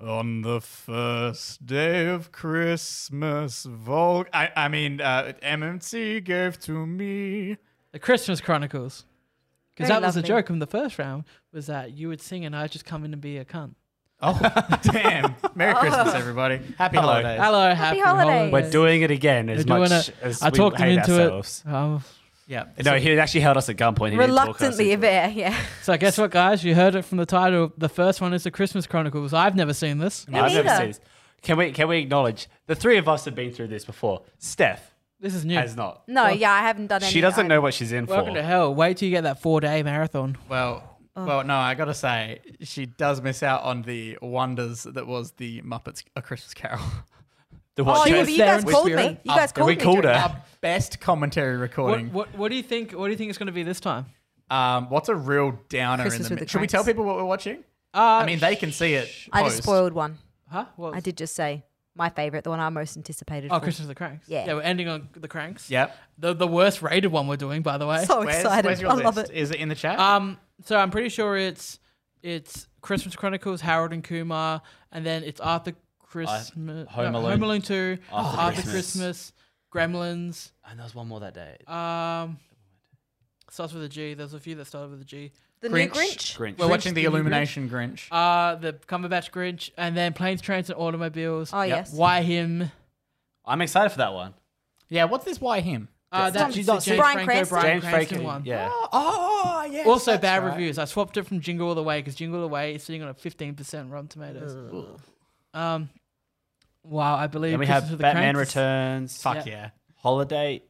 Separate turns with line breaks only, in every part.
On the first day of Christmas, Vol. I, I mean, uh, MMT gave to me.
The Christmas Chronicles. Because
Very
that was the
lovely.
joke in the first round, was that you would sing and I'd just come in and be a cunt.
Oh, damn. Merry Christmas, everybody. Happy
Hello.
holidays.
Hello, happy,
Happy holidays.
We're doing it again as
We're doing
much as
I
we
talked him
hate
into it.
ourselves.
Oh, yeah.
No, he actually held us at gunpoint. He didn't talk us
Reluctantly, a
into it.
bit, yeah.
So guess what, guys? You heard it from the title. The first one is the Christmas Chronicles. I've never seen this.
Me
I've never
neither.
seen this. Can we can we acknowledge the three of us have been through this before? Steph
This is new.
has not.
No, yeah, I haven't done any.
She doesn't
I-
know what she's in
Welcome to
for.
hell. Wait till you get that four-day marathon.
Well,
Oh.
well, no, I gotta say, she does miss out on the wonders that was the Muppets A Christmas Carol.
The
Oh,
what-
she
yeah,
was
but you
there
guys
in
called
spirit.
me. You guys
Uh,
called
we
me.
called
during-
her.
Our best commentary
What,
recording.
what, what do you think? What do you think it's going to be this time?
Um, what's a real downer
Christmas
in
with
the,
the
Should we
Cranks.
tell people what we're watching?
Uh,
I mean, they can see it.
I just
post.
spoiled one.
huh? What?
I did just say my favorite, the one I most anticipated.
Oh,
for.
Christmas of the Cranks.
Yeah.
Yeah, we're ending on the Cranks.
Yep.
The the worst rated one we're doing, by the way.
So
Where's,
excited.
where's your
I love
list?
it. Uh,
Is it in the chat?
Um, so I'm pretty sure it's it's Christmas Chronicles, Harold and Kumar, and then it's Arthur Christmas,
Uh, Home
no,
Alone.
Home Alone Two,
Arthur
Arthur, Oh, Christmas.
Christmas.
Gremlins.
and there was one more that day.
Um, starts with a G. There's a few that started with a G.
The
Grinch.
new Grinch.
Grinch.
we're watching the
the new
Illumination Grinch.
Uh, the Cumberbatch Grinch, and then Planes, Trains, and Automobiles.
Oh, yes.
Why him?
I'm excited for that one.
yeah. What's this? Why him?
Uh, that's
Tom-
the James Franco,
Brian Cranston.
Bryan
James
Cranston
Franco.
one.
Yeah.
Oh yeah.
Also, bad reviews. I swapped it from Jingle All the Way because Jingle All the Way is sitting on a 15% Rotten Tomatoes. Um, wow, I believe.
Then we
Christmas
have
with the
Batman
Cranks.
Returns.
Fuck
Yeah.
yeah.
Holiday.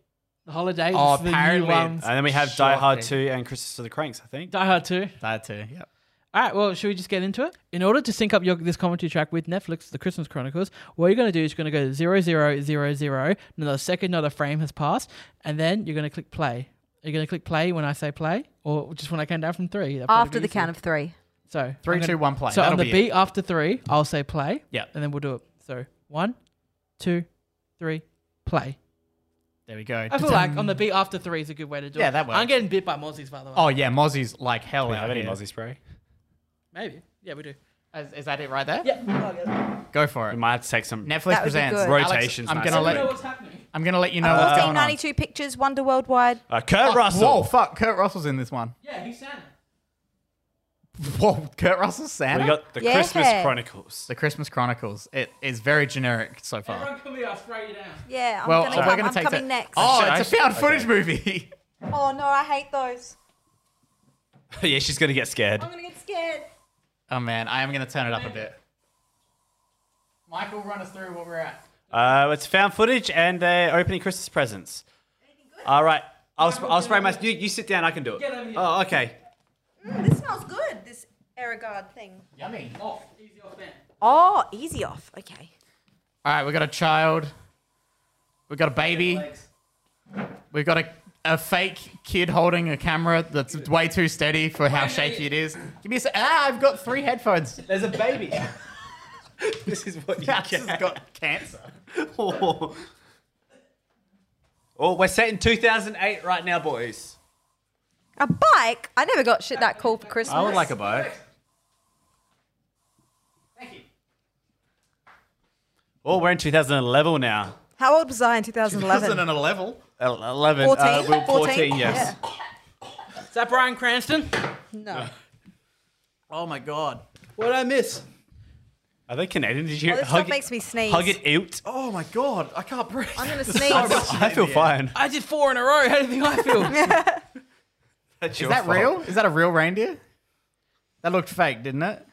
The Holiday.
Oh,
Oh, the new
apparently
ones.
it's-
And then we have Die Hard
Shocking.
2 and Christmas to the Cranks, I think.
Die Hard 2.
That too. Yep.
All right, well, should we just get into it? In order to sync up your, this commentary track with Netflix, The Christmas Chronicles, what you're going to do is you're going to go zero zero zero zero. Another second, not a frame has passed, and then you're going to click play. You're going to click play when I say play, or just when I count down from three. That'd probably be
After the
easier.
count of three.
so
Three,
I'm gonna-
two, one, play.
So on
That'll
the
be it.
beat after three, I'll say play.
Yeah.
and then we'll do it. So one, two, three, play.
There we go.
I feel like on the beat after three is a good way to do it.
Yeah, that
I'm
works.
getting bit by mozzies, by the way.
Oh yeah, Mozzie's like hell
Do we
out
have any
here.
Mozzie spray?
maybe. Yeah, we do.
Is, is that it right there?
Yeah.
Go for
We
it.
might have to take some
Netflix
That would be
presents
good.
Alex,
Rotations,
I'm
mate.
gonna
I don't know
let
what's happening.
I'm gonna let you know what's going on.
1492 Pictures, Wonder Worldwide.
Oh,
Uh, Kurt Russell.
Uh, Whoa, fuck! Kurt Russell's in this one.
Yeah, he's Santa.
Whoa, Kurt Russell's Santa.
We got the
Yeah.
Christmas Chronicles.
the Christmas Chronicles. It is very generic so far.
come here, I'll spray you down.
Yeah, I'm
Well,
gonna
we're
come.
gonna
I'm
take that-
coming next. Oh.
Oh,
I
it's a
should-
found
okay.
footage movie.
no, I hate those.
yeah, she's gonna get scared.
I'm gonna get scared.
oh man, I am gonna turn it up a bit. Michael, run us through what we're at.
Uh, it's found footage and they're opening Christmas presents. All right, I'll sp- I'll spray my. You, you sit down. I can do it.
Get over here.
Oh, okay.
Mm, this smells good. This Aragard thing.
Yummy. All
Off, easy off bent.
Oh, easy off. Okay.
right, we got a child. We got a baby. We've got a, a fake kid holding a camera that's way too steady for how shaky it is. Give me a sec. Ah, I've got three headphones.
There's a baby. this is what you
That's has
get.
got cancer.
oh. oh, we're set in 2008 right now, boys.
A bike? I never got shit that cool for Christmas.
I would like a bike.
Thank you.
Oh, we're in 2011 now.
How old was I in 2011?
2011.
El- 11. Uh,
14?
we were 14,
14,
yes.
Is that Brian Cranston?
No.
Oh my god.
What did I miss?
Are they Canadian? Did you
Oh,
hear
this
hug,
stuff makes me sneeze.
hug it out?
Oh my god. I can't breathe.
I'm gonna sneeze.
I feel fine.
I did four in a row. How do you think I feel?
That's
Is
your
that
fault.
real? Is that a real reindeer? That looked fake, didn't it?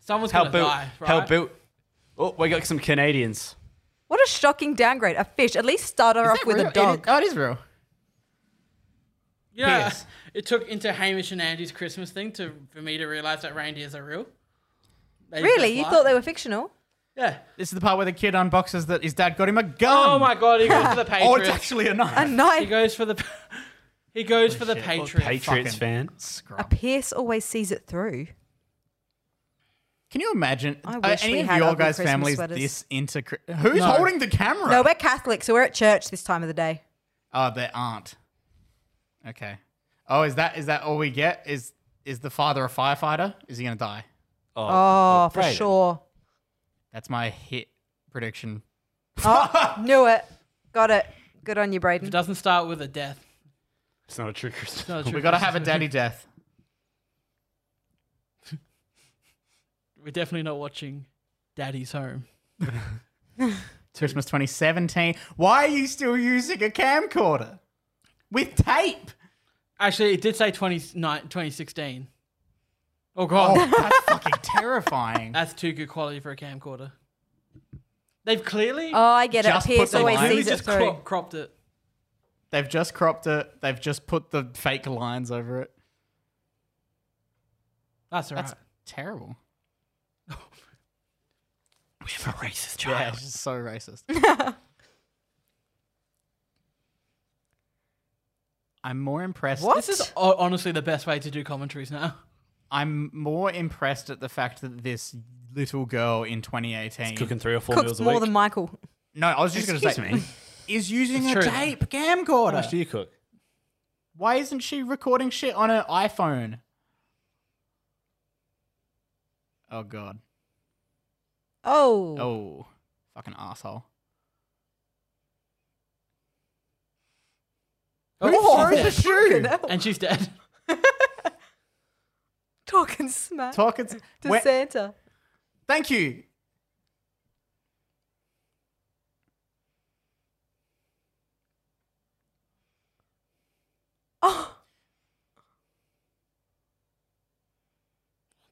Someone's
How
gonna
built?
die. Right?
How built? Oh, we got some Canadians.
What a shocking downgrade. A fish. At least start her off with a dog.
oh, it is real.
Yeah.
Yes.
It took into Hamish and Andy's Christmas thing to for me to realize that reindeers are real. They
Really?
just
You
fly.
thought they were fictional?
Yeah.
This is the part where the kid unboxes that his dad got him a gun.
Oh my god, he goes for the
Um, Oh, it's
Patriots.
actually a knife.
A
he
knife.
goes for the. He goes for the
shit. Oh,
Patriots.
Patriots
Fucking-
fan.
A
Scrub.
Pierce always sees it through.
Can you imagine?
I
are
wish
any
we
of
had
your
ugly
guys'
Christmas
families
sweaters.
this into? Chri- Who's
No.
holding the camera?
No, we're Catholic, so we're at church this time of the day.
oh, they aren't. Okay. Oh, is that is that all we get? Is is the father a firefighter? Is he gonna die?
Oh, for
Brayden.
sure.
That's my hit prediction.
Oh, Knew it. Got it. Good on you,
If it
Braden.
doesn't start with a death.
It's not a true Christmas.
It's not a
We
true
gotta
Christmas.
have a daddy death.
We're definitely not watching Daddy's Home.
Christmas 2017. Why are you still using a camcorder with tape?
Actually, it did say 29 2016. Oh, God.
Oh, that's fucking terrifying.
That's too good quality for a camcorder. They've clearly
Oh, I get it.
Just put
Pierce
the
always
line-
clearly
sees it
just
through.
crop, cropped it.
They've just cropped it. They've just put the fake lines over it.
That's all right.
That's terrible.
we have a racist
Yeah, it's just so racist. I'm more impressed.
What?
This is o- honestly the best way to do commentaries now.
I'm more impressed at the fact that this little girl in 2018.
Cooking three or four
Cooks
meals a
more
week.
than Michael.
No, I was just going to
Excuse
say.
me. Oh,
Is using
It's
a
true.
tape
How much do
camcorder.
you cook?
Why isn't she recording shit on her iPhone? Oh god.
Oh.
Oh, fucking asshole.
Oh,
Throws the shoe.
and she's dead.
Talking smack
Talking. To,
to
Where-
Santa.
Thank you.
Oh,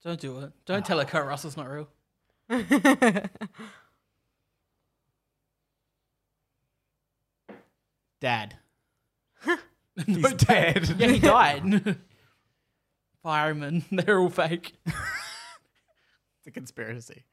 Don't do it. Don't tell her Kurt Russell's not real.
Dad.
He's dead. yeah, he died. Firemen, they're all fake.
It's a conspiracy.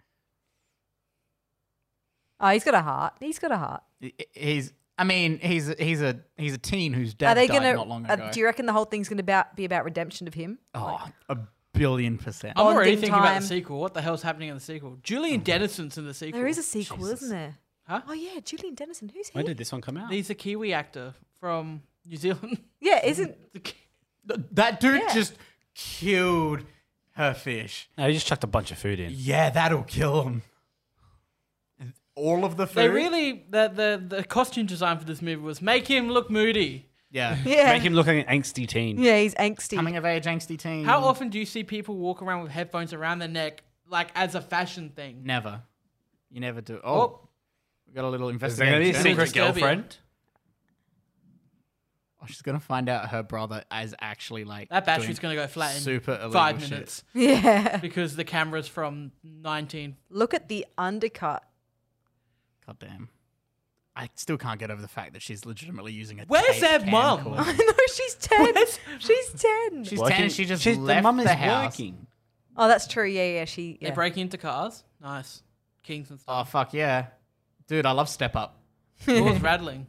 oh, he's got a heart. He's got a heart.
He- He's. I mean, he's he's a he's a teen whose dad
Are they
died
gonna?
not long ago.
uh, do you reckon the whole thing's gonna about, be about redemption of him?
oh, a billion percent.
I'm already
Bonding
thinking about
time.
the sequel. What the hell's happening in the sequel? Julian Dennison's in the sequel.
There is a sequel, isn't there?
Huh?
Oh yeah, Julian Dennison. Who's he?
When did this one come out?
He's a Kiwi actor from New Zealand.
yeah, isn't
The Ki-
That dude
Yeah.
just killed her fish.
No, he just chucked a bunch of food in.
Yeah, that'll kill him. All of the food.
They really the, the the costume design for this movie was make him look moody.
Yeah.
yeah,
Make him look like an angsty teen.
yeah, he's angsty.
Coming of age angsty teen.
How often do you see people walk around with headphones around their neck, like as a fashion thing?
Never. You never do. Oh,
Oh,
we got a little
Is there going to be a
investigation.
Secret
secret
Disturbia.
girlfriend?
Oh, she's gonna find out her brother is actually like
that battery's
doing
gonna go flat in
super illegal
five
shit.
minutes
yeah,
because the camera's from 19.
look at the undercut.
God damn. I still can't get over the fact that she's legitimately using a.
Where's
tape
their mum?
camcorder.
no, she's ten. She's ten.
She's ten. and She just left the,
mum is
house.
working.
oh, that's true. Yeah, yeah, she.
They
Yeah.
break into cars. Nice. Kings and stuff.
Oh fuck yeah, dude! I love Step Up. Oh.
Doors rattling.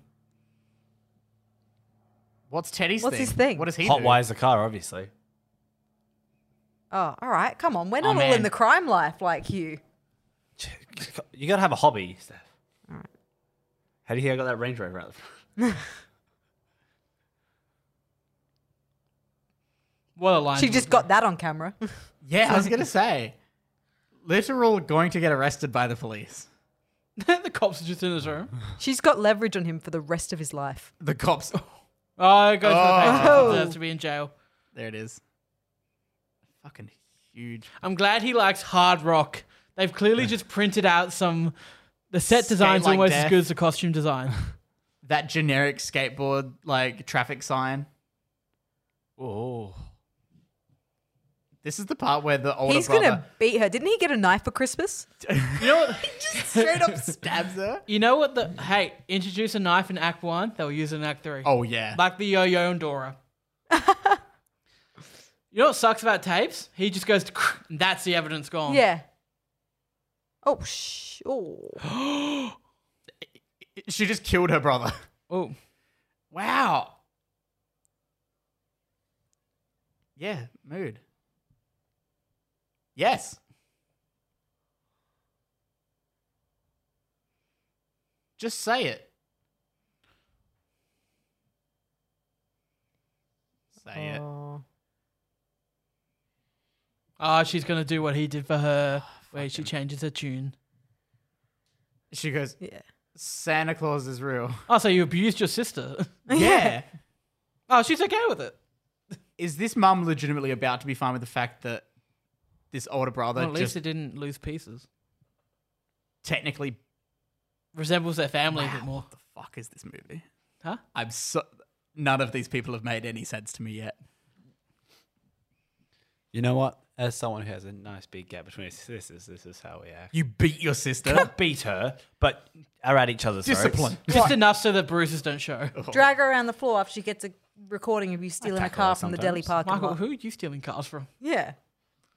What's Teddy's
What's
thing?
his thing?
What does he
Hot
do?
wires the car, obviously.
Oh, all right. Come on, we're
Oh,
not all
man.
in the crime life like you.
You gotta have a hobby, Steph. How do you hear I got that Range Rover out the front?
What a line.
She just got that on camera.
Yeah, I was gonna say, literal going to get arrested by the police.
the cops are just in his room.
she's got leverage on him for the rest of his life.
The cops.
Oh, it goes to the patron.
Oh.
Deserves to be in jail.
there it is. Fucking huge.
I'm glad he likes hard rock. They've clearly just printed out some. The set
Skate
design's
like
almost
death.
as good as the costume design.
That generic skateboard like traffic sign.
Oh.
This is the part where the older
He's
brother
gonna beat her. Didn't he get a knife for Christmas?
you know what?
straight up stabs her.
You know what? The hey, introduce a knife in Act One. They'll use it in Act Three.
Oh yeah.
like the yo-yo and Dora. you know what sucks about tapes? He just goes, and that's the evidence gone.
Yeah. Oh sh. Oh.
she just killed her brother.
Oh,
Wow. Yeah, mood. Yes. Just say it.
Oh.
Say it.
Ah, she's gonna do what he did for her.
Ah,
Where she changes her tune.
She goes,
Yeah.
Santa Claus is real.
Oh, so you abused your sister?
Yeah.
oh, she's okay with it.
is this mum legitimately about to be fine with the fact that this older brother
Well, at least
just
it didn't lose pieces.
technically
Resembles their family a bit more.
what the fuck is this movie?
Huh?
I'm so none of these people have made any sense to me yet.
You know what? As someone who has a nice big gap between us, this is this is how we act.
You beat your sister.
Beat her, but are at each other's throats.
Discipline.
Just enough so the bruises don't show.
Drag her around the floor after she gets a recording of you stealing a
tackle
car
her
from the deli
sometimes.
parking
Michael,
lot.
who are you stealing cars from?
Yeah.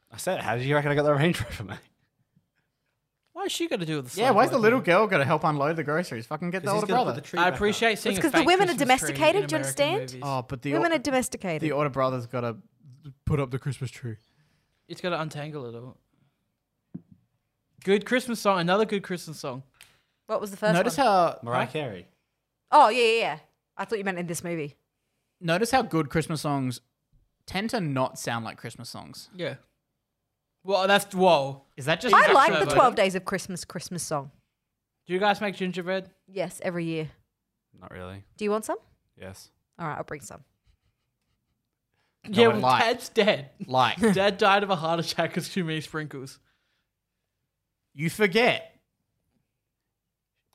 I said, how do you reckon I got that Range Rover, mate?
Why is she got to do with the
yeah,
slave
why's the
work?
little girl got to help unload the groceries? Fucking get the older brother.
tree
I appreciate seeing.
It's
a
'cause the
fake
women are
Christmas tree in
domesticated, do you
American
understand?
movies.
Oh, but the
Women
o-
are domesticated.
the older brother's got to put up the Christmas tree.
It's got to untangle it all. Good Christmas song. Another good Christmas song.
what was the first
Notice
one?
how
Mariah Carey.
oh, yeah, yeah, yeah. I thought you meant in this movie.
notice how good Christmas songs tend to not sound like Christmas songs.
Yeah. Well, that's whoa.
Is that just
I like
actually
the
about
12 Days of Christmas Christmas song.
Do you guys make gingerbread?
Yes, every year.
Not really.
Do you want some?
Yes.
All right, I'll bring some.
yeah,
one
well,
liked.
Dad's dead.
like
Dad died of a heart attack because too many sprinkles.
you forget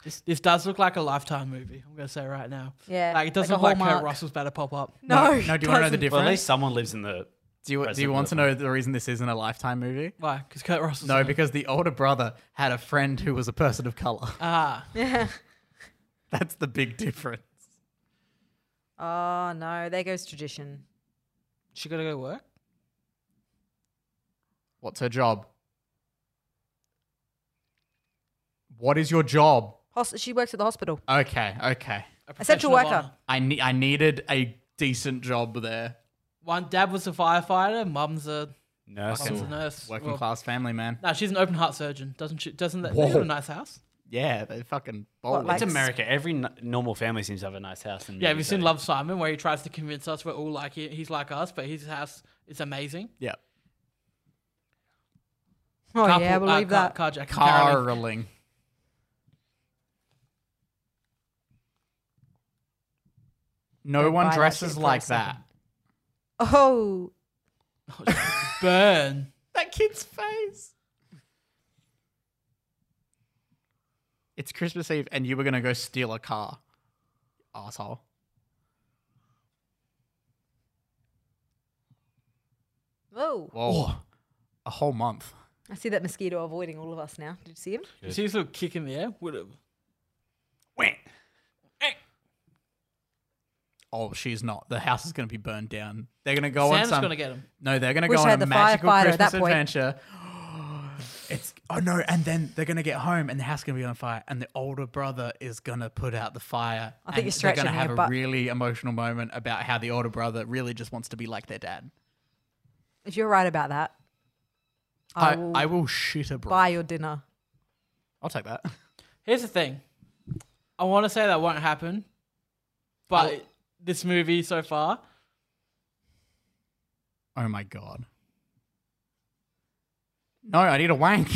This, this does look like a lifetime movie. I'm gonna say right now.
Yeah.
Like it doesn't
a
look like Kurt
Hallmark.
Russell's about to pop up.
No.
No, do you want to know the
doesn't.
difference?
Well, at least someone lives in the.
do you, do you
Resident
want to
Evil.
know the reason this isn't a lifetime movie?
Why? Because Kurt Russell's
No,
in it.
because the older brother had a friend who was a person of color.
ah,
That's the big difference.
Oh, no. There goes tradition.
she gotta go work.
What's her job? What is your job?
Hos- she works at the hospital.
Okay, okay.
A
Essential
profession of
worker.
honor.
I ne- I needed a decent job there.
One dad was a firefighter. Mum's a
Nurse.
mum's a
or-
nurse.
Working
Well,
class family man.
No, she's an open heart surgeon. Doesn't she? Doesn't that?
Whoa.
They got a nice house.
Yeah, they fucking
What,
bold.
like-
It's America. Every n- normal family seems to have a nice house. And
Yeah, have you seen
music.
Love Simon where he tries to convince us we're all like he- he's like us, but his house is amazing.
yeah.
Oh,
Carpool-
yeah, I
uh,
believe
car-
that.
Carjacking. apparently.
Carling. No
Don't buy
one
that shit
dresses
for
like
a
that.
second. Oh,
Burn.
That kid's face. It's Christmas Eve, and you were gonna go steal a car, asshole.
whoa.
Whoa, a whole month.
Oh. I see that mosquito avoiding all of us now. Did you see him?
You see this little kick in the air? Would have.
Wait.
Oh, she's not. The house is gonna be burned down. They're gonna go
Sam's
on some.
gonna get him.
no, they're gonna
Wish
go
I
on
had
a
the
magical
firefighter at
Christmas
that point.
adventure. It's oh no, and then they're gonna get home, and the house is gonna be on fire, and the older brother is gonna put out the fire.
I think
and
you're
they're gonna
stretching
have
it,
a
but-
really emotional moment about how the older brother really just wants to be like their dad.
If you're right about that, I,
I,
will
I will shit a brick.
buy your dinner.
I'll take that.
Here's the thing. I want to say that won't happen, but this movie so far,
Oh my god. No, I need a wank.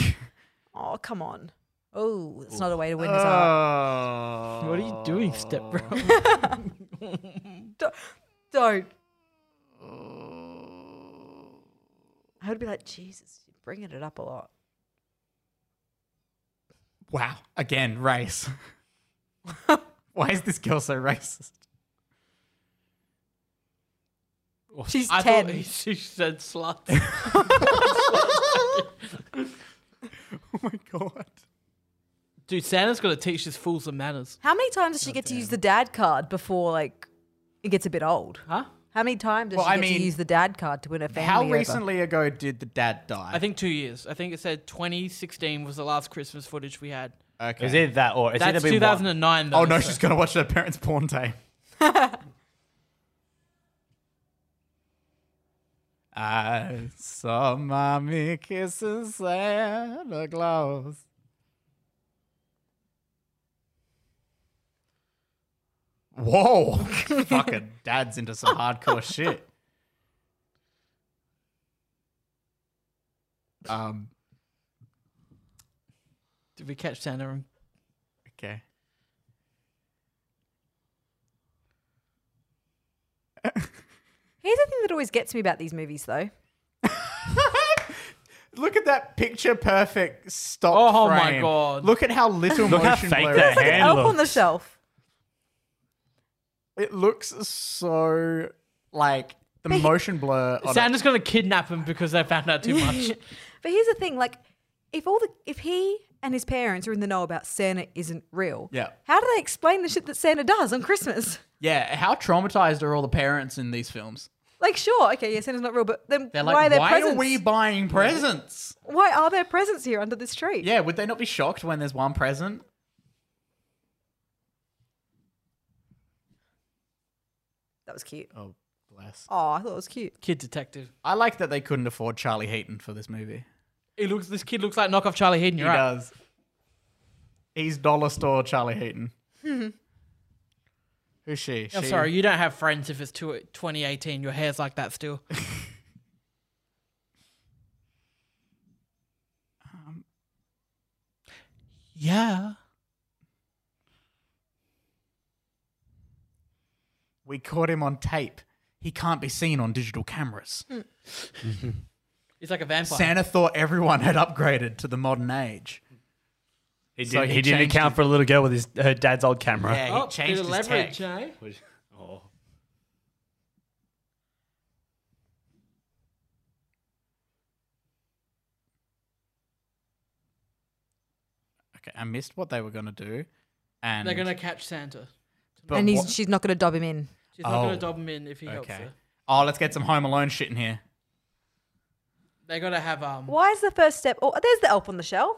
Oh, come on. Oh, it's not a way to win his heart.
Oh.
what are you doing, step bro?
Don't. I would be like, Jesus, you're bringing it up a lot.
Wow. Again, race. Why is this girl so racist?
She's
I thought
10.
he, she said slut.
Oh my god.
Dude, Santa's got to teach these fools some manners.
How many times does she get to use the dad card before, like, it gets a bit old?
Huh?
How many times does
Well,
she
I
get
mean,
to use the dad card to win her family?
How
over?
recently ago did the dad die?
I think two years. I think it said 2016 was the last Christmas footage we had.
Okay.
Is either that or it's
That's
either been one-
2009 though.
oh no,
so-
she's gonna watch her parents' porn tape. I saw mommy kissing Santa Claus. Whoa! Fucking dad's into some hardcore shit. Um,
Did we catch Santa? And
okay.
Here's the thing that always gets me about these movies, though.
Look at that picture perfect stop.
Oh my
frame.
God.
Look at how little
Look how
motion
fake
blur
that
it
It's like an
hand
elf on the
looks.
shelf.
is. It looks so like the motion blur. On it.
Santa's gonna kidnap him because they found out too much.
But here's the thing, like, if all the if he and his parents are in the know about Santa isn't real,
Yeah.
how do they explain the shit that Santa does on Christmas?
Yeah, how traumatized are all the parents in these films?
Like, sure, okay, yeah, Santa's not real, but then
They're like,
why are there
why
presents?
are we buying presents?
Why are there presents here under this tree?
Yeah, would they not be shocked when there's one present?
That was cute.
Oh, bless.
Oh, I thought it was cute.
Kid detective.
I like that they couldn't afford Charlie Heaton for this movie.
He looks. This kid looks like knockoff Charlie Hayden.
He
You're right.
does. He's dollar store Charlie Heaton. Who's she?
I'm
She-
sorry, you don't have friends if it's two- 2018. Your hair's like that still. Um, yeah.
We caught him on tape. He can't be seen on digital cameras.
Hmm.
He's like a vampire.
Santa thought everyone had upgraded to the modern age.
He,
So
did,
he
he, didn't
changed
account
it.
for a little girl with his her dad's old camera.
Yeah, he
oh,
changed
bit
his
of leverage,
tech.
eh?
Which- Oh.
Okay, I missed what they were gonna do, and
They're gonna catch Santa.
but
and he's,
what-
she's not going to dob him in.
She's not
Oh.
gonna dob him in if he helps
okay.
her.
Oh, let's get some Home Alone shit in here.
They gotta have um.
Why is the first step? Oh, there's the elf on the shelf.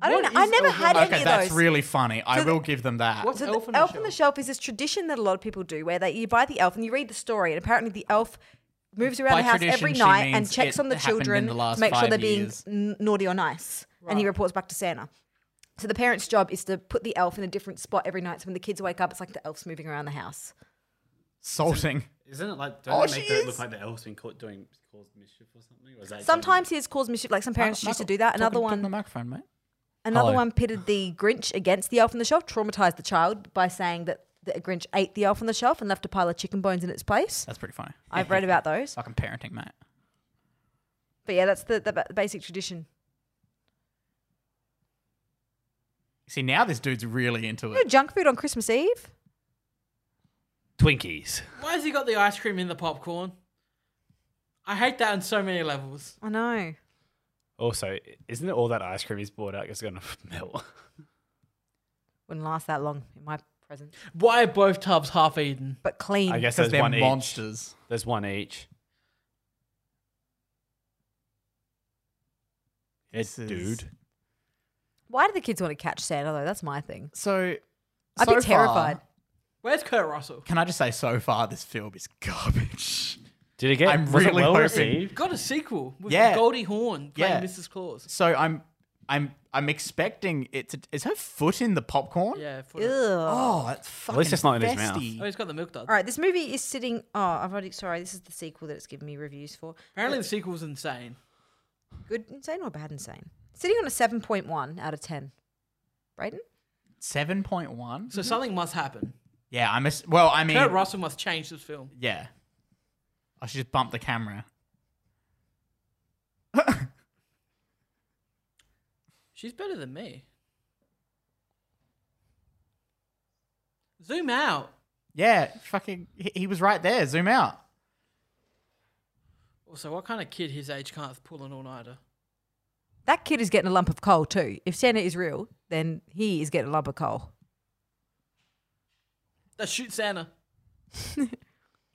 I don't. know.
What
I
is
never
elf on
had
the-
any
Okay,
of
that's
those.
really funny. I
So the-
will give them that.
What's
So
elf,
the
on the
elf
shelf?
on the shelf is this tradition that a lot of people do, where they you buy the elf and you read the story, and apparently the elf moves around
By
the house
tradition,
every
she
night and
means
checks
it
on the
happened in
children
the last
to make sure
five
they're being
years.
n- naughty or nice, and he
Right.
reports back to Santa. So the parents' job is to put the elf in a different spot every night. So when the kids wake up, it's like the elf's moving around the house.
Salting.
Isn't it like
Oh,
don't they
she
make it
is.
look like the elf's been caught doing caused mischief or something? Or is that
Sometimes he has caused mischief. Like some parents used to do that. Another one,
the microphone, mate.
Another
Hello.
one pitted the Grinch against the elf on the shelf, traumatized the child by saying that the Grinch ate the elf on the shelf and left a pile of chicken bones in its place.
That's pretty funny.
I've read about those.
Fucking parenting, mate.
But yeah, that's the, the, ba- basic tradition.
See, now this dude's really into
No
it.
junk food on Christmas Eve.
Twinkies.
Why has he got the ice cream in the popcorn? I hate that on so many levels.
I know.
Also, isn't it all that ice cream he's bought out is going to melt?
Wouldn't last that long in my present.
Why are both tubs half eaten?
But clean.
I guess
Because
there's
they're
one each.
monsters.
There's one each. It's
This is-
dude.
Why do the kids want to catch Santa though? That's my thing.
So,
I'd
so
be
far-
terrified.
Where's Kurt Russell?
can I just say, so far this film is garbage.
Did it get?
I'm
was
really
it well
hoping-
received?
Got a sequel with
Yeah.
Goldie Hawn playing
Yeah.
Mrs. Claus.
So I'm, I'm, I'm expecting it. To, is her foot in the popcorn?
Yeah. For
Ugh.
the-
Oh, that's fucking.
least it's not in his mouth.
festy.
oh, he's got the milk duds.
All right, this movie is sitting. Oh, I've already. Sorry, this is the sequel that it's giving me reviews for.
Apparently the sequel's insane.
Good insane or bad insane? Sitting on a 7.1 out of 10. Brayden?
Seven point one.
So something must happen.
Yeah, I'm. ass- well, Mm-hmm. I mean,
Kurt Russell must change this film.
yeah. I should just bump the camera.
She's better than me. Zoom out.
Yeah, fucking. He, he was right there. Zoom out.
Also, what kind of kid his age can't pull an all-nighter?
That kid is getting a lump of coal too. If Santa is real, then he is getting a lump of coal.
That shoot Santa.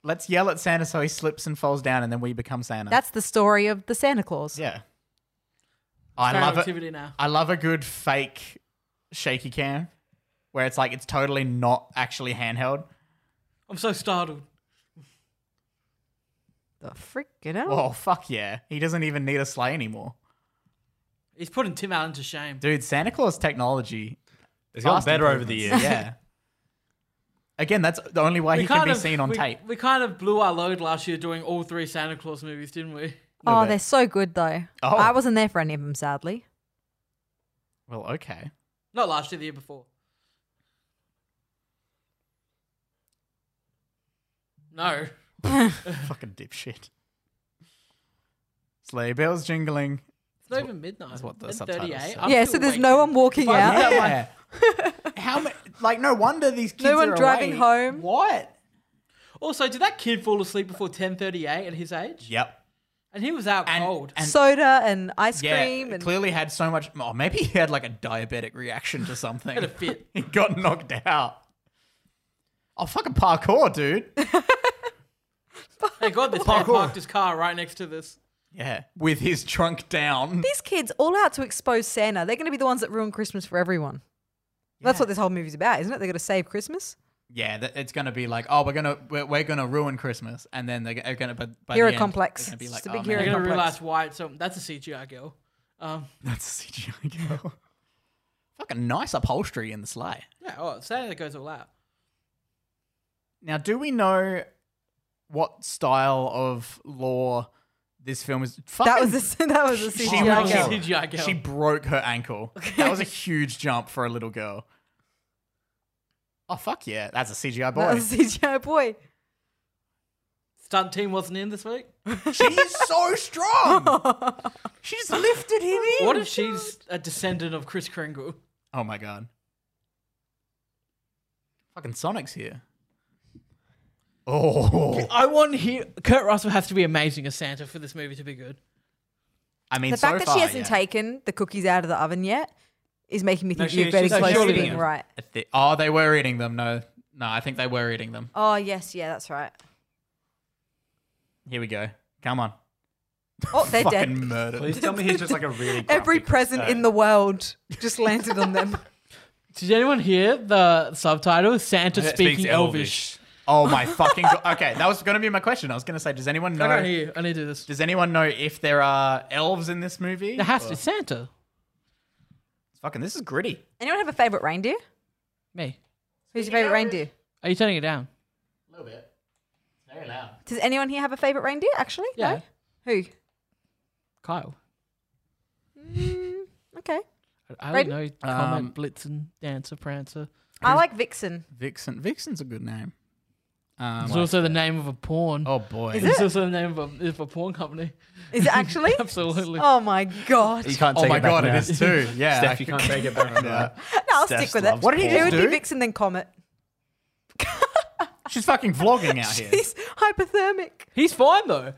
Let's yell at Santa so he slips and falls down, and then we become Santa.
That's the story of the Santa Claus.
yeah. I
Fan
love it.
activity now.
I love a good fake shaky cam where it's like it's totally not actually handheld.
I'm so startled.
The freaking hell.
Oh fuck yeah! He doesn't even need a sleigh anymore,
He's putting Tim Allen to shame.
dude. Santa Claus technology
It's gotten
fast
better over the years.
improvements. Yeah. Again, that's the only way he can
kind
be
of-
seen on
we-
tape.
We kind of blew our load last year doing all three Santa Claus movies, didn't we?
Oh,
bit.
they're so good though.
Oh.
I wasn't there for any of them, sadly.
Well, okay.
Not last year, the year before. No.
Fucking dipshit. Sleigh bells jingling.
It's not even midnight.
that's what the
It's
subtitles
38.
say.
I'm
yeah, so
still
there's no
waking.
one walking
Fuck
out.
yeah.
How many? Like, no wonder these kids
No one
are
driving
awake.
home.
What?
Also, did that kid fall asleep before 10.38 at his age?
Yep.
And he was out
And-
cold.
and-
Soda and ice
Yeah,
cream and
clearly had so much. Oh, maybe he had like a diabetic reaction to something.
Had a fit.
he got knocked out. Oh, fucking parkour, dude.
Thank God this man parked his car right next to this.
yeah, with his trunk down.
these kids all out to expose Santa. They're going to be the ones that ruin Christmas for everyone. That's what this whole movie's about, isn't it? They're going to save Christmas.
Yeah, that it's gonna be like, oh, we're gonna we're, we're gonna ruin Christmas, and then they're g- they're gonna. But by
Hero
the end,
complex.
they're gonna be
It's
like,
the
oh,
big
man,
You're
hero
going to realise
complex.
why it's so... That's a CGI girl. Um,
That's a CGI girl. Fucking nice upholstery in the sleigh.
yeah, oh, Santa goes all out.
Now, do we know what style of lore this film is? Fucking,
That was a, that was a
She
CGI
was-
girl.
she-
CGI girl.
She broke her ankle. That was a huge jump for a little girl. Oh fuck yeah! That's a CGI
That
boy.
was a CGI boy.
Stunt team wasn't in this week.
She's so strong. She's lifted him in.
What if she's a descendant of Chris Kringle?
Oh my god. Fucking Sonic's here. Oh,
I want here. Kurt Russell has to be amazing as Santa for this movie to be good.
I mean,
The
so
fact that
far,
she hasn't
yeah.
taken the cookies out of the oven yet is making me
No,
think
she-
you're very
she's- no,
close
surely
to
they
being
have.
right.
If they- oh, they were eating them. No, no, I think they were eating them.
Oh yes, yeah, that's right.
Here we go. Come on.
Oh, they're
Fucking
dead.
murdered.
Please tell me he's just like a really
Every
grumpy
present
Christmas.
in the world just landed on them.
Did anyone hear the subtitle? Santa
Speaks
speaking Elvish.
Elvish.
Oh my fucking god. Okay, that was going to be my question. I was going to say, does anyone
I
know?
don't hear you. I need to do this.
Does anyone know if there are elves in this movie?
It has to Santa.
Fucking, this is gritty.
Anyone have a favorite reindeer?
Me.
Who's your favorite reindeer?
Are you turning it down?
A little bit. Very loud.
Does anyone here have a favorite reindeer? Actually,
Yeah.
no. Who?
Kyle.
Mm, Okay,
I don't
Brayden?
know. Comment, Blitzen, Dancer, Prancer.
I like Vixen.
Vixen. Vixen's a good name. Um,
It's also the name of a porn.
oh boy.
It's also the name of a, of a porn company.
Is it actually?
Absolutely.
oh my god!
You can't
Oh
take
my
it back
god,
now.
it is too. Yeah.
Steph, you can't take it back now.
No, I'll
Steph
stick with it.
loves What did he
it
porn.
would
just
be
do?
Vixen then Comet.
She's fucking vlogging out here.
He's hypothermic.
He's fine though.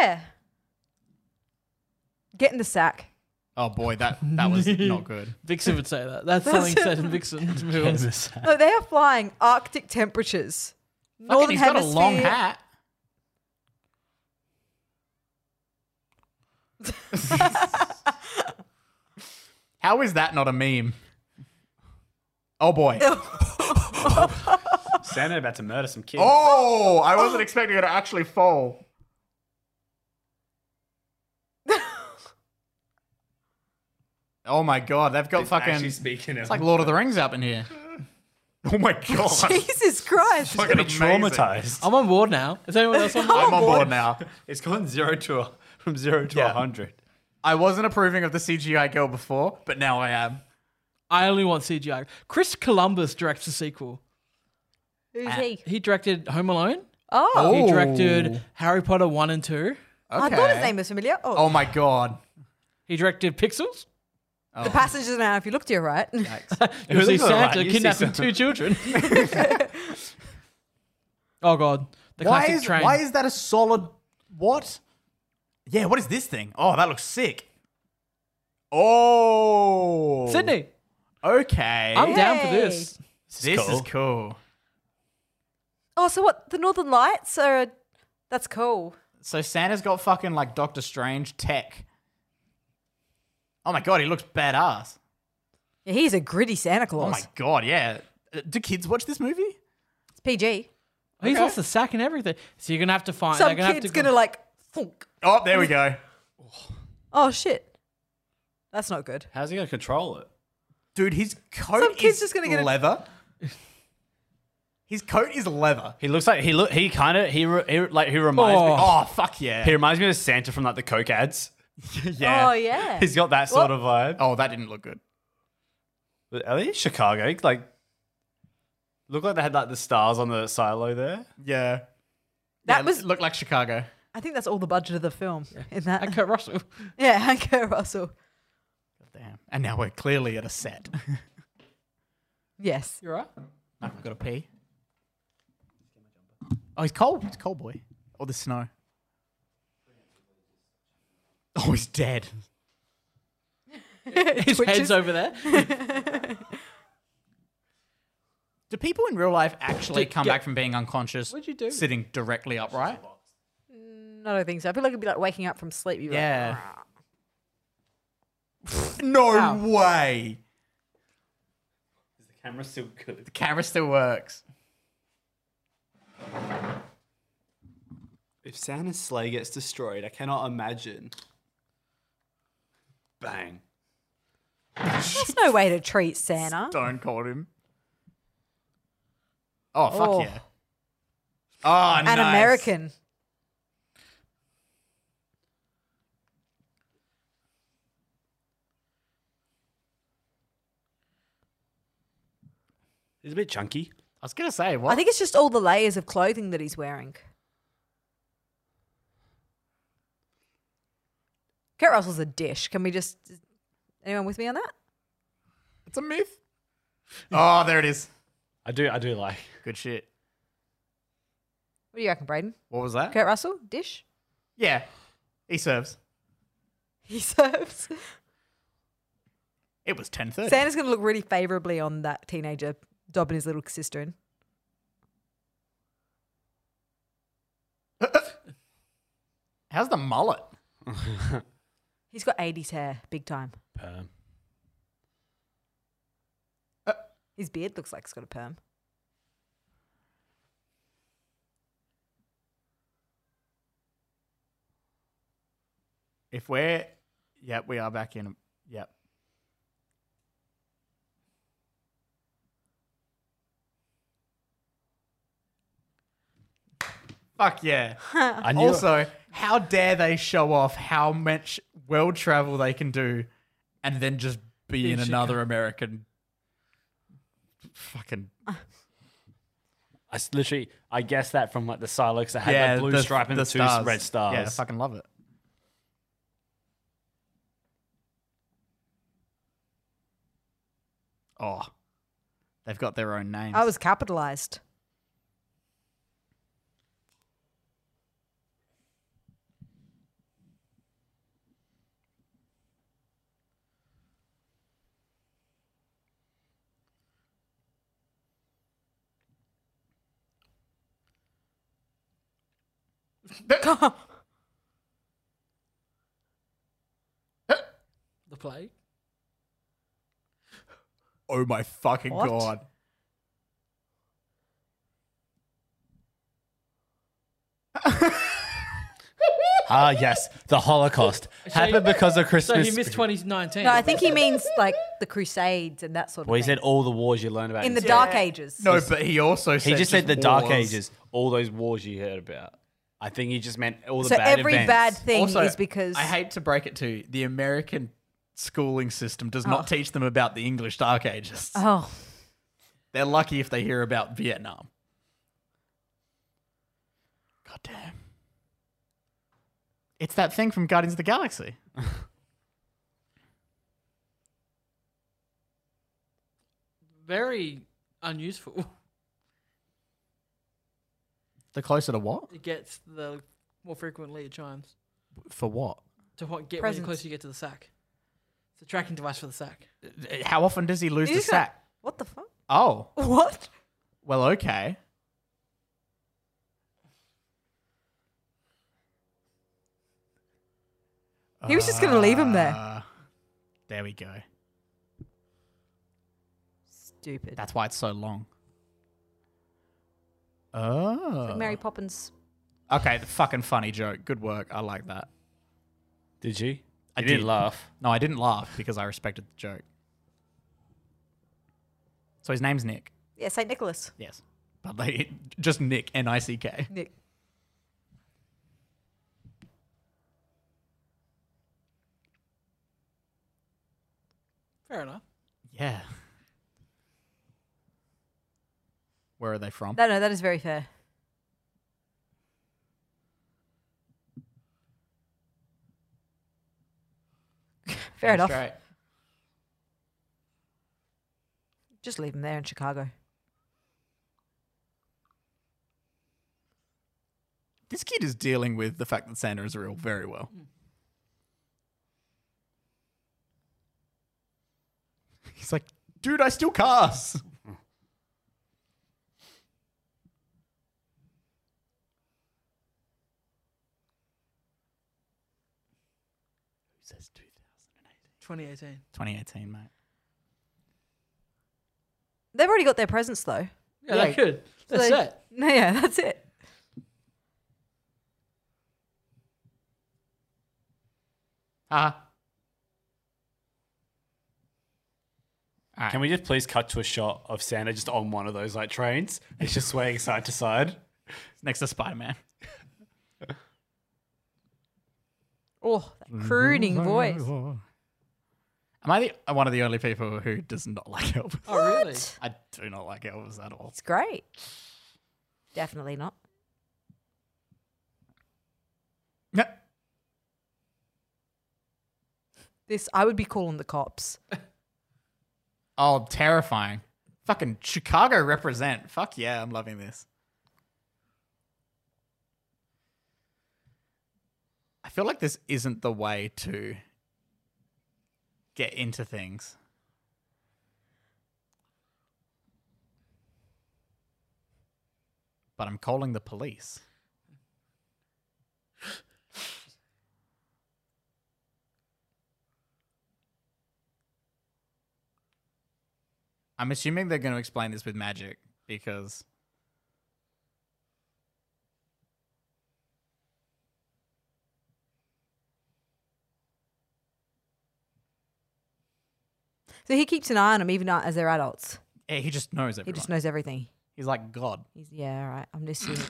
Yeah. Get in the sack.
Oh boy, that that was not good.
Vixen would say that. That's,
That's
something
it.
said in Vixen's movies.
No, they are flying Arctic temperatures.
Fucking,
Northern
he's got a
hemisphere.
long hat. How is that not a meme? Oh boy.
Santa about to murder some kids.
Oh, I wasn't expecting her to actually fall. Oh my god, they've got fucking.
Actually
It's
speaking of,
like Lord of the Rings up in here. Oh my god.
Jesus Christ.
Fucking
Be traumatized.
I'm on board now. Is anyone else on board?
I'm on board now.
It's gone zero to a, from zero to a
Yeah.
hundred.
I wasn't approving of the CGI girl before, but now I am.
I only want CGI. Chris Columbus directs a sequel.
Who's he?
He directed Home Alone.
Oh,
He
Oh.
directed Harry Potter 1 and 2.
I thought his name was familiar. Oh,
Oh my god.
He directed Pixels.
the passengers now, if you look to your right.
You'll see
looks alright.
Santa
You see
kidnapping
Santa.
two children. oh, God. The
Why
classic
is
train.
why is that a solid what? Yeah, what is this thing? Oh, that looks sick. Oh,
Sydney,
Okay,
I'm down for
Yay.
this.
this is cool.
Oh, so what? The Northern Lights are. A, that's cool.
So Santa's got fucking like Doctor Strange tech. Oh my god, he looks badass.
Yeah, he's a gritty Santa
Oh
Claus.
my god, yeah. Uh, Do kids watch this movie?
It's PG.
He's
Okay.
lost the sack and everything. So you're going to have to find.
Some
they're gonna
kid's
have to
gonna like thunk.
Oh, there we go.
Oh shit, that's not good.
How's he going to control it?
Dude, his coat
Some kid's
is
just gonna get a-
leather. His coat is leather.
He looks like he look he kind of he, re- he re- like he reminds me.
Oh, fuck yeah.
He reminds me of Santa from like the Coke ads.
Oh, yeah.
He's got that sort of vibe.
Oh, that didn't look good.
But Are they Chicago? Like, look like they had like the stars on the silo there.
Yeah.
That
Yeah,
was.
looked like Chicago.
I think that's all the budget of the film in
And
that.
Kurt Russell.
Yeah, and Kurt Russell.
Damn. And now we're clearly at a set.
Yes.
You're right.
I've got to pee. Oh, he's cold. He's cold boy. All the snow. Oh, he's dead.
His head's over there.
Do people in real life actually
Dude,
come
yeah.
back from being unconscious?
What'd you do?
Sitting directly upright.
No, I don't think so. I feel like it'd be like waking up from sleep. You'd be like,
Yeah. No
Wow.
way.
Is the camera still good?
The camera still works.
If Santa's sleigh gets destroyed, I cannot imagine. Bang.
That's no way to treat Santa.
Stone cold him. Oh fuck
Oh.
yeah. Oh,
An American.
He's a bit chunky.
I was gonna say what?
I think it's just all the layers of clothing that he's wearing. Kurt Russell's a dish. Can we just? Anyone with me on that?
it's a myth. oh, there it is.
I do, I do like.
Good shit.
What do you reckon, Braden?
What was that?
Kurt Russell, dish.
Yeah, he serves.
He serves.
It was ten thirty.
Santa's gonna look really favorably on that teenager dobbing his little sister in.
How's the mullet?
He's got 80s hair, big time.
Perm.
um,
His beard looks like it's got a perm.
If we're, yep, we are back in. Yep. Fuck yeah.
I knew
Also, how dare they show off how much world travel they can do and then just be in another American fucking
I s- literally, I guessed that from like the silo because I had like blue
the-
stripe and
the
two
stars.
red stars.
Yeah, I fucking love it. Oh, they've got their own names.
I was capitalized.
The play.
oh my fucking
What?
god!
Ah, yes, the Holocaust happened
you-
because of
So
Christmas.
he missed 2019.
No, I think he means like the Crusades and that sort of
Well, he
thing.
said all the wars you learn about
in the
history.
Dark Ages.
No, but he also said
He just said the Dark
wars.
Ages, all those wars you heard about. I think he just meant all the
so
bad
every
events.
bad thing
Also,
is because
I hate to break it to you, the American schooling system does not teach them about the English Dark Ages.
oh
They're lucky if they hear about Vietnam. God damn. It's that thing from Guardians of the Galaxy.
Very unuseful.
The closer to what?
It gets the more frequently it chimes.
For what?
To what get when
Presents.
the closer you get to the sack. It's a tracking device for the sack.
Uh, How often does he lose
He's
the
just gonna-
sack?
what the fuck?
Oh,
What?
well, okay.
He was just gonna leave him there.
Uh, there we go.
Stupid.
That's why it's so long. Oh.
Mary Poppins.
Okay, the fucking funny joke. Good work. I like that.
Did you?
I
I did.
did.
not laugh.
No, I didn't laugh because I respected the joke. So his name's Nick.
Yeah, Saint Nicholas.
Yes. but they just Nick N I C K.
Nick.
Fair enough.
Yeah. Where are they from?
No, no, that is very fair. fair enough.
Straight.
Just leave him there in Chicago.
This kid is dealing with the fact that Santa is real very well. He's like, dude, I steal cars. Says
2018.
2018, mate.
They've already got their presents though.
Yeah.
Yeah, that could.
So
That's
they-
it.
Yeah, that's it.
Ah.
Can we just please cut to a shot of Santa just on one of those like trains? It's just swaying side to side.
next to Spider Man.
Oh, that crooning voice.
Am I the, one of the only people who does not like Elvis?
Oh, really?
What?
I do not like Elvis at all.
It's great. Definitely not.
No.
This I would be calling the cops.
Oh, terrifying. Fucking Chicago represent. Fuck yeah, I'm loving this. I feel like this isn't the way to get into things. But I'm calling the police. I'm assuming they're going to explain this with magic because
So he keeps an eye on them even as they're adults.
eh, he just knows
He
everyone.
just knows everything.
He's like God.
He's yeah, all right. I'm just assuming.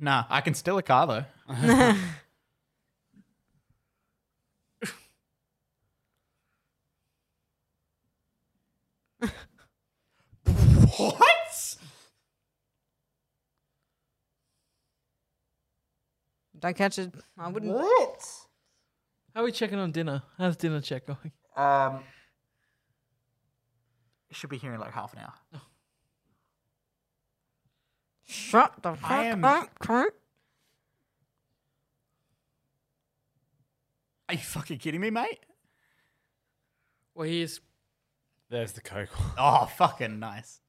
Nah, I can steal a car though. what?
Don't catch it. I wouldn't.
How are we checking on dinner? How's dinner check going?
Um, should be here in like half an hour.
Shut the fuck
I am-
up, cunt.
Are you fucking kidding me, mate?
Well, he is.
There's the coke.
Oh, fucking nice.